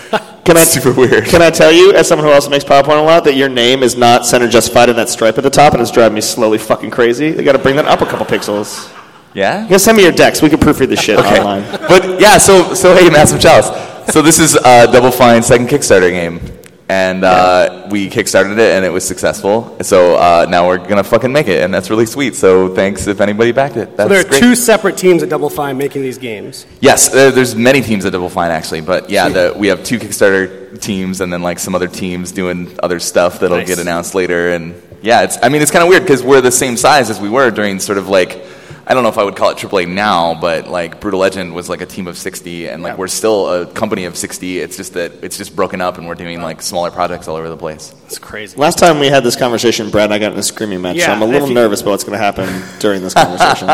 Speaker 5: Can I,
Speaker 11: super weird.
Speaker 5: Can I tell you, as someone who also makes PowerPoint a lot, that your name is not center justified in that stripe at the top, and it's driving me slowly fucking crazy. They got to bring that up a couple pixels.
Speaker 11: Yeah.
Speaker 5: You gotta send me your decks. We can proofread this shit
Speaker 11: Okay.
Speaker 5: online.
Speaker 11: But yeah, so so hey, Massive Chalice. So this is uh, Double Fine's second Kickstarter game, and uh, we kickstarted it, and it was successful. So uh, now we're gonna fucking make it, and that's really sweet. So thanks if anybody backed it.
Speaker 2: So
Speaker 11: That's
Speaker 2: there are
Speaker 11: great.
Speaker 2: two separate teams at Double Fine making these games.
Speaker 11: Yes, uh, there's many teams at Double Fine actually, but yeah, the, we have two Kickstarter teams, and then like some other teams doing other stuff that'll
Speaker 2: Nice.
Speaker 11: get announced later. And yeah, it's I mean it's kind of weird because we're the same size as we were during sort of like I don't know if I would call it AAA now, but like Brutal Legend was like a team of 60, and like we're still a company of 60. It's just that it's just broken up, and we're doing like smaller projects all over the place.
Speaker 2: That's crazy.
Speaker 5: Last time we had this conversation, Brad and I got in a screaming match, so
Speaker 11: Yeah,
Speaker 5: I'm a
Speaker 11: if
Speaker 5: little
Speaker 11: you-
Speaker 5: nervous about what's going to happen during this conversation.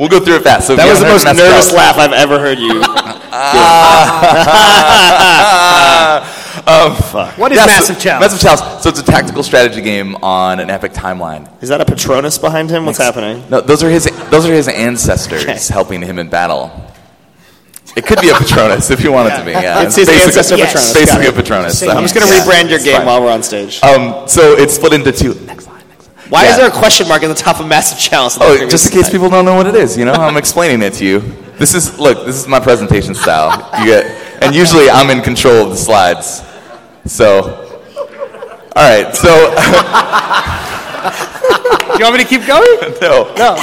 Speaker 11: we'll go through it fast. So if
Speaker 5: that
Speaker 11: you
Speaker 5: was the most
Speaker 11: haven't heard
Speaker 5: nervous
Speaker 11: Massive
Speaker 5: laugh I've ever heard you.
Speaker 11: um,
Speaker 2: What is
Speaker 11: yeah, so-
Speaker 2: Massive Chalice?
Speaker 11: Massive Chalice. So it's a tactical strategy game on an epic timeline.
Speaker 5: Is that a Patronus behind him? What's happening?
Speaker 11: No, those are his. Those are his ancestors helping him in battle. It could be a Patronus if you want it to be. Yeah,
Speaker 5: It's his
Speaker 11: basically-
Speaker 5: ancestor
Speaker 11: yes.
Speaker 5: Patronus.
Speaker 11: Basically
Speaker 5: Got it.
Speaker 11: a Patronus.
Speaker 5: I'm just going to
Speaker 11: Yeah.
Speaker 5: rebrand your
Speaker 11: It's
Speaker 5: game
Speaker 11: fine.
Speaker 5: while we're on stage.
Speaker 11: Um, so it's split into two. Next slide.
Speaker 5: Why is
Speaker 11: yeah.
Speaker 5: there a question mark at the top of Massive Chalice?
Speaker 11: Oh, just in case people don't know what it is, you know, I'm explaining it to you. This is look. This is my presentation style. You get, and usually I'm in control of the slides. So, all right. So.
Speaker 5: you want me to keep going?
Speaker 11: No.
Speaker 5: No.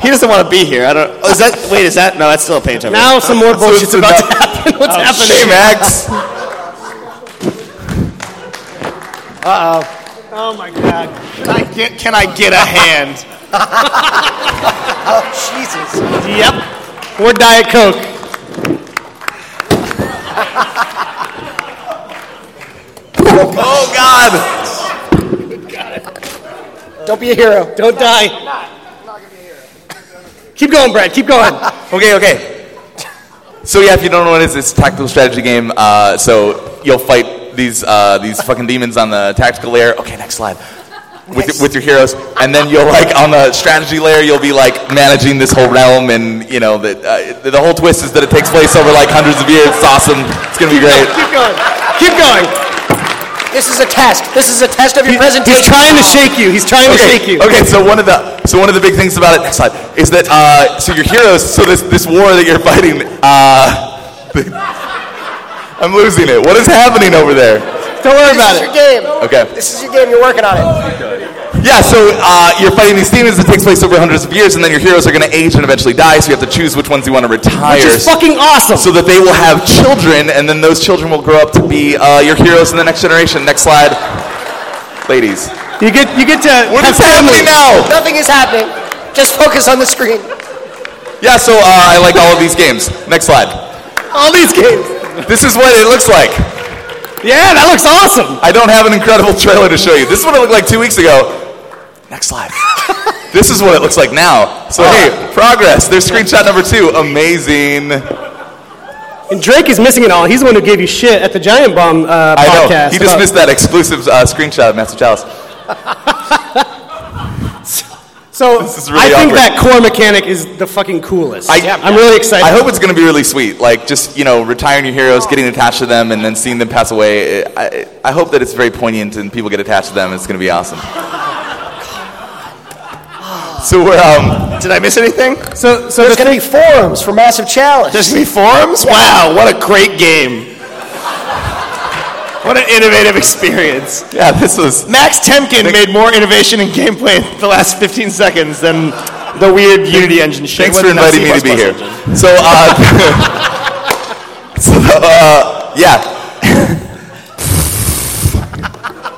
Speaker 5: he doesn't want to be here. I don't. Oh, is that? Wait, is that? No, that's still a paint over.
Speaker 2: Now some more bullshit's about to happen. What's happening?
Speaker 5: Oh, shit.
Speaker 11: Max.
Speaker 2: Uh oh. Oh my god. Can I
Speaker 5: get, can I get a hand?
Speaker 2: oh Jesus. Yep. Or Diet Coke.
Speaker 11: oh God.
Speaker 1: Don't be a hero.
Speaker 2: Don't die. Keep going, Brad. Keep going.
Speaker 11: okay, okay. So yeah, if you don't know what it is, it's a tactical strategy game. Uh, so you'll fight these uh, these fucking demons on the tactical layer. Okay, next slide. With, with your heroes, and then you'll like on the strategy layer, you'll be like managing this whole realm, and you know that uh, the- the whole twist is that it takes place over like hundreds of years. It's awesome. It's gonna be great.
Speaker 2: Keep going. Keep going.
Speaker 1: This is a test. This is a test of your presentation.
Speaker 11: he's trying to
Speaker 2: shake you. He's trying
Speaker 11: okay. Okay, so one of the so one of the big things about it next slide is that uh, so your heroes so this this war that you're fighting uh, I'm losing it. What is happening over there?
Speaker 2: Don't worry
Speaker 1: This is your game.
Speaker 11: Okay.
Speaker 1: This is your game. You're working on it.
Speaker 11: Yeah, so uh, you're fighting these demons that takes place over hundreds of years, and then your heroes are going to age and eventually die. So you have to choose which ones you want to retire.
Speaker 2: Which is fucking awesome.
Speaker 11: So that they will have children, and then those children will grow up to be uh, your heroes in the next generation. Next slide, ladies.
Speaker 2: You get you get to
Speaker 11: What is happening now?
Speaker 1: Nothing is happening. Just focus on the screen.
Speaker 11: Yeah, so uh, I like all of these games. Next slide.
Speaker 2: All these games.
Speaker 11: This is what it looks like. Yeah, that looks awesome. I don't have an incredible trailer to show you. This is what it looked like two weeks ago. Next slide. this is what it looks like now. So hey, progress. There's screenshot number two. Amazing.
Speaker 2: And Drake is missing it all. He's the one who gave you shit at the Giant Bomb uh,
Speaker 11: I know.
Speaker 2: podcast.
Speaker 11: He just
Speaker 2: about-
Speaker 11: missed that exclusive uh, screenshot of Master Chalice.
Speaker 2: So
Speaker 11: really
Speaker 2: I think
Speaker 11: awkward.
Speaker 2: that core mechanic is the fucking coolest.
Speaker 11: I,
Speaker 2: am really excited.
Speaker 11: I hope it's going to be really sweet. Like just you know, retiring your heroes, getting attached to them, and then seeing them pass away. I, I- I hope that it's very poignant and people get attached to them. It's going to be awesome. So we're um. Did I miss anything?
Speaker 2: So, so
Speaker 1: there's going to be forums for Massive Challenge.
Speaker 5: There's gonna be forums? Wow, what a great game. What an innovative experience.
Speaker 11: Yeah, this was
Speaker 5: Max Temkin made more innovation in gameplay in the last 15 seconds than the weird Unity engine shit.
Speaker 11: Thanks for
Speaker 5: What's
Speaker 11: inviting
Speaker 5: the
Speaker 11: me to be
Speaker 5: C++
Speaker 11: here.
Speaker 5: engine?
Speaker 11: So, uh, so uh, yeah,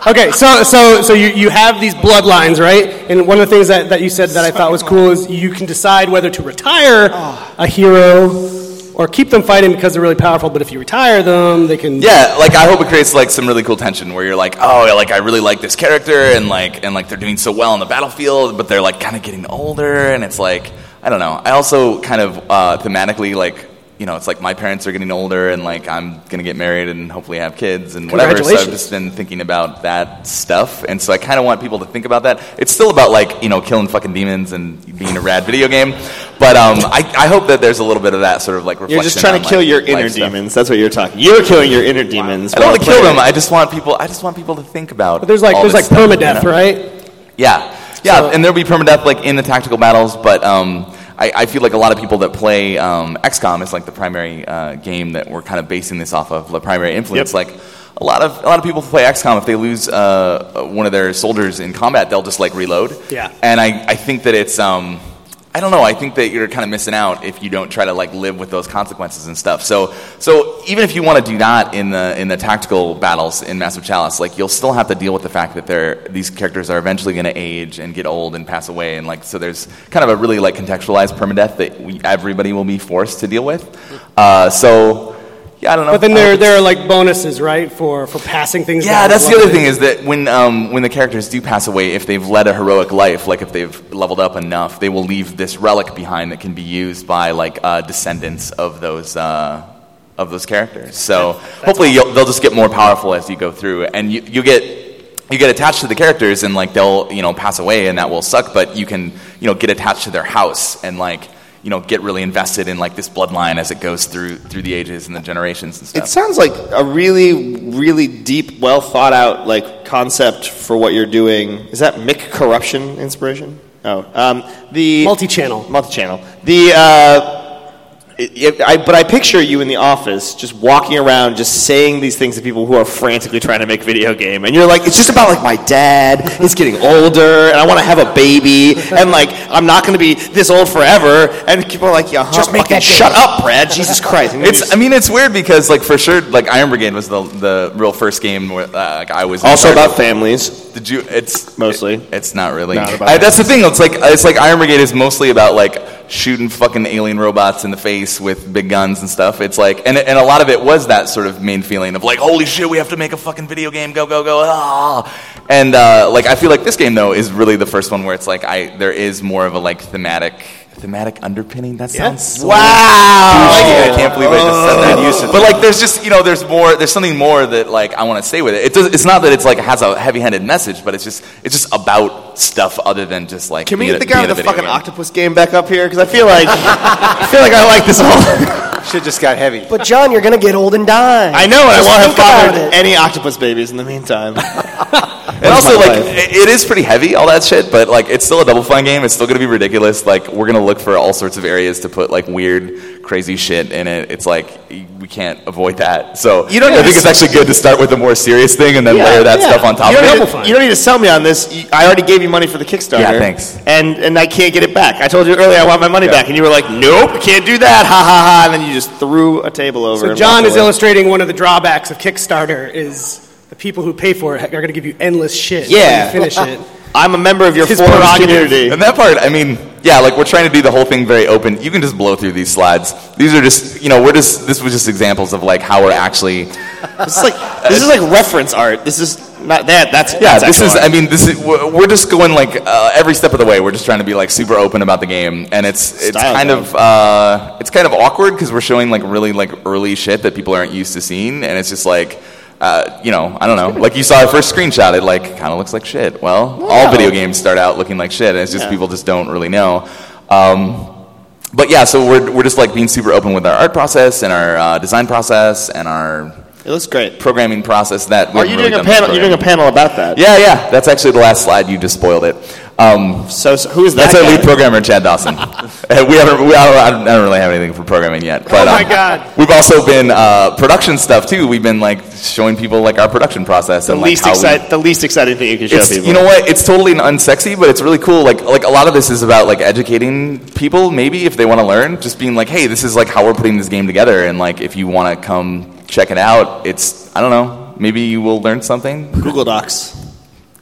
Speaker 2: Okay, so so so you, you have these bloodlines, right? And one of the things that, that you said that I thought was cool is you can decide whether to retire a hero or keep them fighting because they're really powerful. But if you retire them, they can
Speaker 11: yeah. Like, I hope it creates like some really cool tension where you're like, oh, yeah, like I really like this character, and like, and like they're doing so well on the battlefield, but they're like kind of getting older, and it's like, I don't know. I also kind of uh, thematically like. You know, it's like my parents are getting older, and like I'm gonna get married and hopefully have kids and whatever. So I've
Speaker 16: Congratulations.
Speaker 11: just just been thinking about that stuff, and so I kind of want people to think about that. It's still about like you know killing fucking demons and being a rad video game, but um, I, I hope that there's a little bit of that sort of like reflection.
Speaker 5: You're just trying
Speaker 11: on,
Speaker 5: to kill
Speaker 11: like,
Speaker 5: your
Speaker 11: life
Speaker 5: inner
Speaker 11: stuff.
Speaker 5: demons. That's what you're talking. You're killing your inner demons.
Speaker 11: I don't want to
Speaker 5: while
Speaker 11: kill
Speaker 5: playing.
Speaker 11: them. I just want people. I just want people to think about.
Speaker 2: But there's like
Speaker 11: all
Speaker 2: there's like
Speaker 11: this stuff,
Speaker 2: permadeath,
Speaker 11: you know?
Speaker 2: right?
Speaker 11: Yeah, yeah, and there'll be permadeath like in the tactical battles, but um, I, I feel like a lot of people that play um, XCOM is like the primary uh, game that we're kind of basing this off of, the primary influence. Like a lot of a lot of people who play XCOM, if they lose uh, one of their soldiers in combat, they'll just like reload.
Speaker 2: Yeah.
Speaker 11: And I, I think that it's um, I don't know. I think that you're kind of missing out if you don't try to like live with those consequences and stuff. So so even if you want to do that in the in the tactical battles in Massive Chalice, like you'll still have to deal with the fact that they're these characters are eventually going to age and get old and pass away and like so there's kind of a really like contextualized permadeath that we, everybody will be forced to deal with. Uh, so yeah, I don't know.
Speaker 2: But then
Speaker 11: I
Speaker 2: there
Speaker 11: hope
Speaker 2: there are like bonuses, right, for for passing things.
Speaker 11: yeah,
Speaker 2: down.
Speaker 11: that's the other thing is that when um, when the characters do pass away, if they've led a heroic life, like if they've leveled up enough, they will leave this relic behind that can be used by like uh, descendants of those uh, of those characters. So hopefully you'll, they'll just get more powerful as you go through, and you, you get. You get attached to the characters, and like they'll, you know, pass away, and that will suck. But you can, you know, get attached to their house, and like, you know, get really invested in like this bloodline as it goes through through the ages and the generations and stuff.
Speaker 5: It sounds like a really, really deep, well thought out like concept for what you're doing. Is that Mick Corruption inspiration? Oh, um, the
Speaker 2: multi-channel,
Speaker 5: multi-channel. The uh, it, it- I, but I picture you in the office just walking around, just saying these things to people who are frantically trying to make video game, and you're like, it's just about like my dad is getting older, and I want to have a baby, and like I'm not going to be this old forever, and people are like, yeah, huh,
Speaker 11: Just make
Speaker 5: fucking
Speaker 11: that
Speaker 5: shut
Speaker 11: baby.
Speaker 5: up, Brad, Jesus Christ. And
Speaker 11: It's. I mean, it's weird because, like, for sure, like Iron Brigade was the the real first game where uh, like, I was in
Speaker 5: Also
Speaker 11: charge
Speaker 5: about
Speaker 11: of.
Speaker 5: families.
Speaker 11: Did you? It's
Speaker 5: mostly.
Speaker 11: it's not really.
Speaker 5: Not about
Speaker 11: I- that's the thing. It's like it's like Iron Brigade is mostly about like shooting fucking alien robots in the face with big guns and stuff. It's like, and and a lot of it was that sort of main feeling of like, holy shit, we have to make a fucking video game. Go go go. Ah. And uh, like, I feel like this game though is really the first one where it's like I there is more of a like thematic. Thematic underpinning. That sounds so
Speaker 5: Wow. Oh.
Speaker 11: douchey. I can't believe I just said that. But like, there's just you know, there's more. There's something more that like I want to say with it. It does, It's not that it's like has a heavy-handed message, but it's just it's just about stuff other than just like.
Speaker 5: Can we
Speaker 11: being
Speaker 5: get
Speaker 11: a-
Speaker 5: the guy
Speaker 11: being
Speaker 5: with the
Speaker 11: a video
Speaker 5: fucking
Speaker 11: game.
Speaker 5: octopus game back up here? Because I feel like I feel like I like this whole
Speaker 14: shit. Just got heavy.
Speaker 1: But John, you're going to get old and die.
Speaker 5: I know, and I
Speaker 1: Just
Speaker 5: won't have
Speaker 1: think about
Speaker 5: fathered any octopus babies in the meantime.
Speaker 11: And also, like, it it is pretty heavy, all that shit, but, like, it's still a double fun game. It's still going to be ridiculous. Like, we're going to look for all sorts of areas to put, like, weird, crazy shit in it. It's like, y- we can't avoid that. So,
Speaker 5: You don't
Speaker 11: I
Speaker 5: need
Speaker 11: think
Speaker 5: to-
Speaker 11: it's actually good to start with a more serious thing and then layer that stuff on top
Speaker 5: you
Speaker 11: of
Speaker 5: don't
Speaker 11: it.
Speaker 5: Need, to- you don't need to sell me on this. You- I already gave you money for the Kickstarter.
Speaker 11: Yeah, thanks.
Speaker 5: And and I can't get it back. I told you earlier I want my money back, and you were like, "Nope, can't do that." Ha ha ha! And then you just threw a table over.
Speaker 2: So
Speaker 5: and
Speaker 2: John
Speaker 5: walked
Speaker 2: is
Speaker 5: away.
Speaker 2: illustrating one of the drawbacks of Kickstarter is the people who pay for it are going to give you endless shit.
Speaker 11: Yeah.
Speaker 2: When you finish it.
Speaker 11: I'm a member of your
Speaker 2: His forum's prerogative. community.
Speaker 11: And that part, I mean, yeah, like we're trying to do the whole thing very open. You can just blow through these slides. These are just, you know, we're just, this was just examples of like how we're actually. This is like, this is like reference art. This is not Uh, that. That's, yeah,
Speaker 5: that's
Speaker 11: this is,
Speaker 5: actual art.
Speaker 11: I mean, this is, we're we're just going like uh, every step of the way. We're just trying to be like super open about the game. And it's, it's
Speaker 5: Style
Speaker 11: kind
Speaker 5: guide.
Speaker 11: of, uh, it's kind of awkward because we're showing like really like early shit that people aren't used to seeing. And it's just like, uh, you know, I don't know. Like you saw the first screenshot, it like kind of looks like shit. Well, all
Speaker 5: Wow.
Speaker 11: video games start out looking like shit, and it's just
Speaker 5: Yeah.
Speaker 11: people just don't really know. Um, but yeah, so we're we're just like being super open with our art process and our uh, design process and our
Speaker 5: it looks great
Speaker 11: programming process. That we
Speaker 5: Are
Speaker 11: haven't
Speaker 5: you
Speaker 11: really
Speaker 5: doing a
Speaker 11: done much
Speaker 5: panel? You're doing a
Speaker 11: programming.
Speaker 5: panel about that?
Speaker 11: Yeah, yeah. That's actually the last slide. You just spoiled it. Um,
Speaker 5: so, who is
Speaker 11: That's
Speaker 5: that
Speaker 11: our
Speaker 5: guy?
Speaker 11: lead programmer, Chad Dawson. Uh, we haven't. We, I, don't, I don't- I don't really have anything for programming yet. But,
Speaker 2: oh my
Speaker 11: um,
Speaker 2: god.
Speaker 11: We've also been uh, production stuff too. We've been like showing people like our production process
Speaker 5: The
Speaker 11: and like
Speaker 5: least
Speaker 11: how
Speaker 5: excite-
Speaker 11: we,
Speaker 5: the least exciting thing you can show
Speaker 11: it's,
Speaker 5: people.
Speaker 11: You know what? It's totally unsexy, but it's really cool. Like like a lot of this is about like educating people. Maybe if they want to learn, just being like, hey, this is like how we're putting this game together, and like if you want to come check it out, it's I don't know. Maybe you will learn something.
Speaker 5: Google Docs.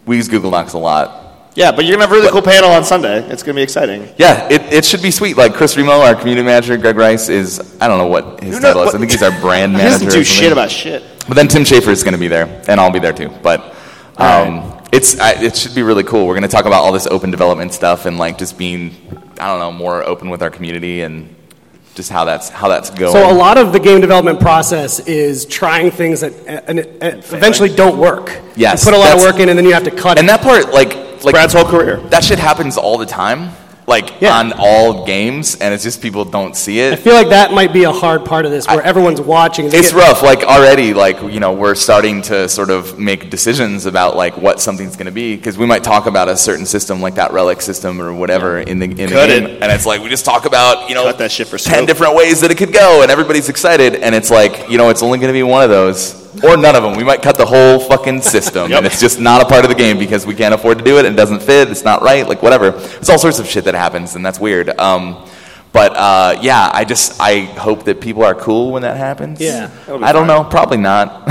Speaker 11: We use Google Docs a lot.
Speaker 5: Yeah, but you're gonna have a really cool panel on Sunday. It's gonna be exciting.
Speaker 11: Yeah, it, it should be sweet. Like Chris Remo, our community manager, Greg Rice is I don't know what his
Speaker 5: You're not-
Speaker 11: title is. I
Speaker 5: what-
Speaker 11: think he's our brand
Speaker 5: He
Speaker 11: manager.
Speaker 5: doesn't do
Speaker 11: or something.
Speaker 5: shit about shit.
Speaker 11: But then Tim Schaefer is going to be there, and I'll be there too. But um, it's I, it should be really cool. We're going to talk about all this open development stuff and like just being I don't know more open with our community and just how that's how that's going.
Speaker 2: So a lot of the game development process is trying things that uh, and, uh, eventually don't work.
Speaker 11: Yes,
Speaker 2: You put a lot of
Speaker 11: that's-
Speaker 2: work in and then you have to cut
Speaker 11: and
Speaker 2: it.
Speaker 11: that part like like
Speaker 5: Brad's whole career.
Speaker 11: That shit happens all the time, like on all games, and it's just people don't see it.
Speaker 2: I feel like that might be a hard part of this where everyone's watching. and they
Speaker 11: It's
Speaker 2: get-
Speaker 11: rough. Like already, like you know, we're starting to sort of make decisions about like what something's going to be because we might talk about a certain system, like that relic system or whatever, in the in the
Speaker 5: Cut
Speaker 11: game,
Speaker 5: it.
Speaker 11: and it's like we just talk about you know
Speaker 5: Cut that shit for
Speaker 11: ten
Speaker 5: scope.
Speaker 11: different ways that it could go, and everybody's excited, and it's like you know, it's only going to be one of those or none of them. We might cut the whole fucking system, and it's just not a part of the game because we can't afford to do it, and it doesn't fit, it's not right, like whatever. It's all sorts of shit that happens, and that's weird. Um, but uh, yeah, I just I hope that people are cool when that happens.
Speaker 5: Yeah, that'll be
Speaker 11: I don't know. Probably not.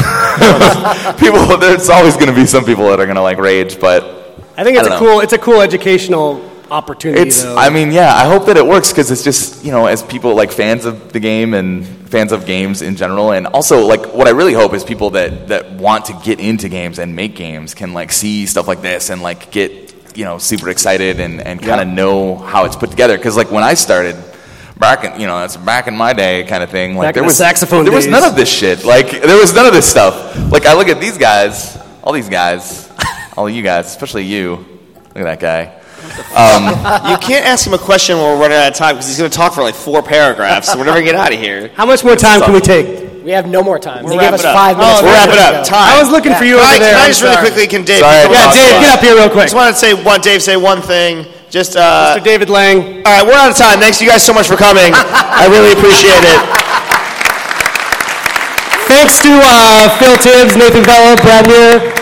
Speaker 11: people, there's always going to be some people that are going to like rage, but
Speaker 2: I think
Speaker 11: I
Speaker 2: it's a
Speaker 11: don't know.
Speaker 2: cool it's a cool educational opportunity
Speaker 11: it's.
Speaker 2: though.
Speaker 11: I mean, yeah, I hope that it works because it's just you know, as people like fans of the game and fans of games in general, and also like what I really hope is people that that want to get into games and make games can like see stuff like this and like get you know super excited and and kind of know how it's put together because like when I started. Back in you know that's back in my day kind of thing. Like
Speaker 2: Back in
Speaker 11: there
Speaker 2: the
Speaker 11: was
Speaker 2: saxophone
Speaker 11: There was
Speaker 2: days.
Speaker 11: none of this shit. Like there was none of this stuff. Like I look at these guys, all these guys, all you guys, especially you. Look at that guy. Um,
Speaker 5: you can't ask him a question when we're running out of time because he's gonna talk for like four paragraphs. So we're never gonna get out of here.
Speaker 2: How much more time can we take?
Speaker 1: We have no more time.
Speaker 5: We're
Speaker 1: they gave
Speaker 5: wrapping
Speaker 1: us
Speaker 5: up.
Speaker 1: five minutes.
Speaker 5: Oh, we're wrapping up. Time.
Speaker 2: I was looking for you
Speaker 5: Can I-
Speaker 2: over there.
Speaker 5: Can I
Speaker 2: I'm
Speaker 5: just really
Speaker 2: sorry.
Speaker 5: quickly, can Dave?
Speaker 2: Sorry,
Speaker 5: come
Speaker 2: Yeah,
Speaker 5: on,
Speaker 2: Dave,
Speaker 5: come on.
Speaker 2: get up here real quick.
Speaker 5: Just wanted to say one. Dave, say one thing. Just uh, Mr.
Speaker 2: David Lang.
Speaker 5: All right, we're out of time. Thanks you guys so much for coming. I really appreciate it.
Speaker 2: Thanks to uh, Phil Tibbs, Nathan Vella, Brad Muir,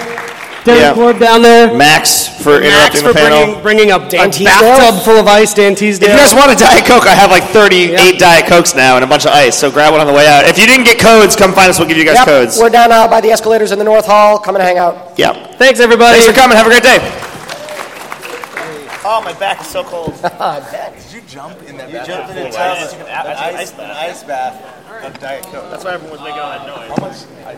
Speaker 2: Derek
Speaker 5: Yeah.
Speaker 2: Ward down there.
Speaker 5: Max for
Speaker 2: Max
Speaker 5: interrupting
Speaker 2: for
Speaker 5: the panel.
Speaker 2: bringing, bringing up Dan
Speaker 5: A
Speaker 2: Teasdale.
Speaker 5: bathtub
Speaker 2: full of ice, Dan Teasdale.
Speaker 5: If you guys want a Diet Coke, I have like 38 Diet Cokes now and a bunch of ice, so grab one on the way out. If you didn't get codes, come find us. We'll give you guys
Speaker 1: Yep,
Speaker 5: codes.
Speaker 1: We're down uh, by the escalators in the North Hall. Come and hang out.
Speaker 5: Yep.
Speaker 2: Thanks, everybody.
Speaker 5: Thanks for coming. Have a great day.
Speaker 6: Oh, my back is so cold.
Speaker 1: I bet.
Speaker 6: Did you jump in that
Speaker 16: bath?
Speaker 6: jumped in a
Speaker 16: Cool.
Speaker 6: tub.
Speaker 16: I just took an
Speaker 6: An
Speaker 16: ice
Speaker 6: ice bath of Diet Coke. That's why everyone was making all that noise.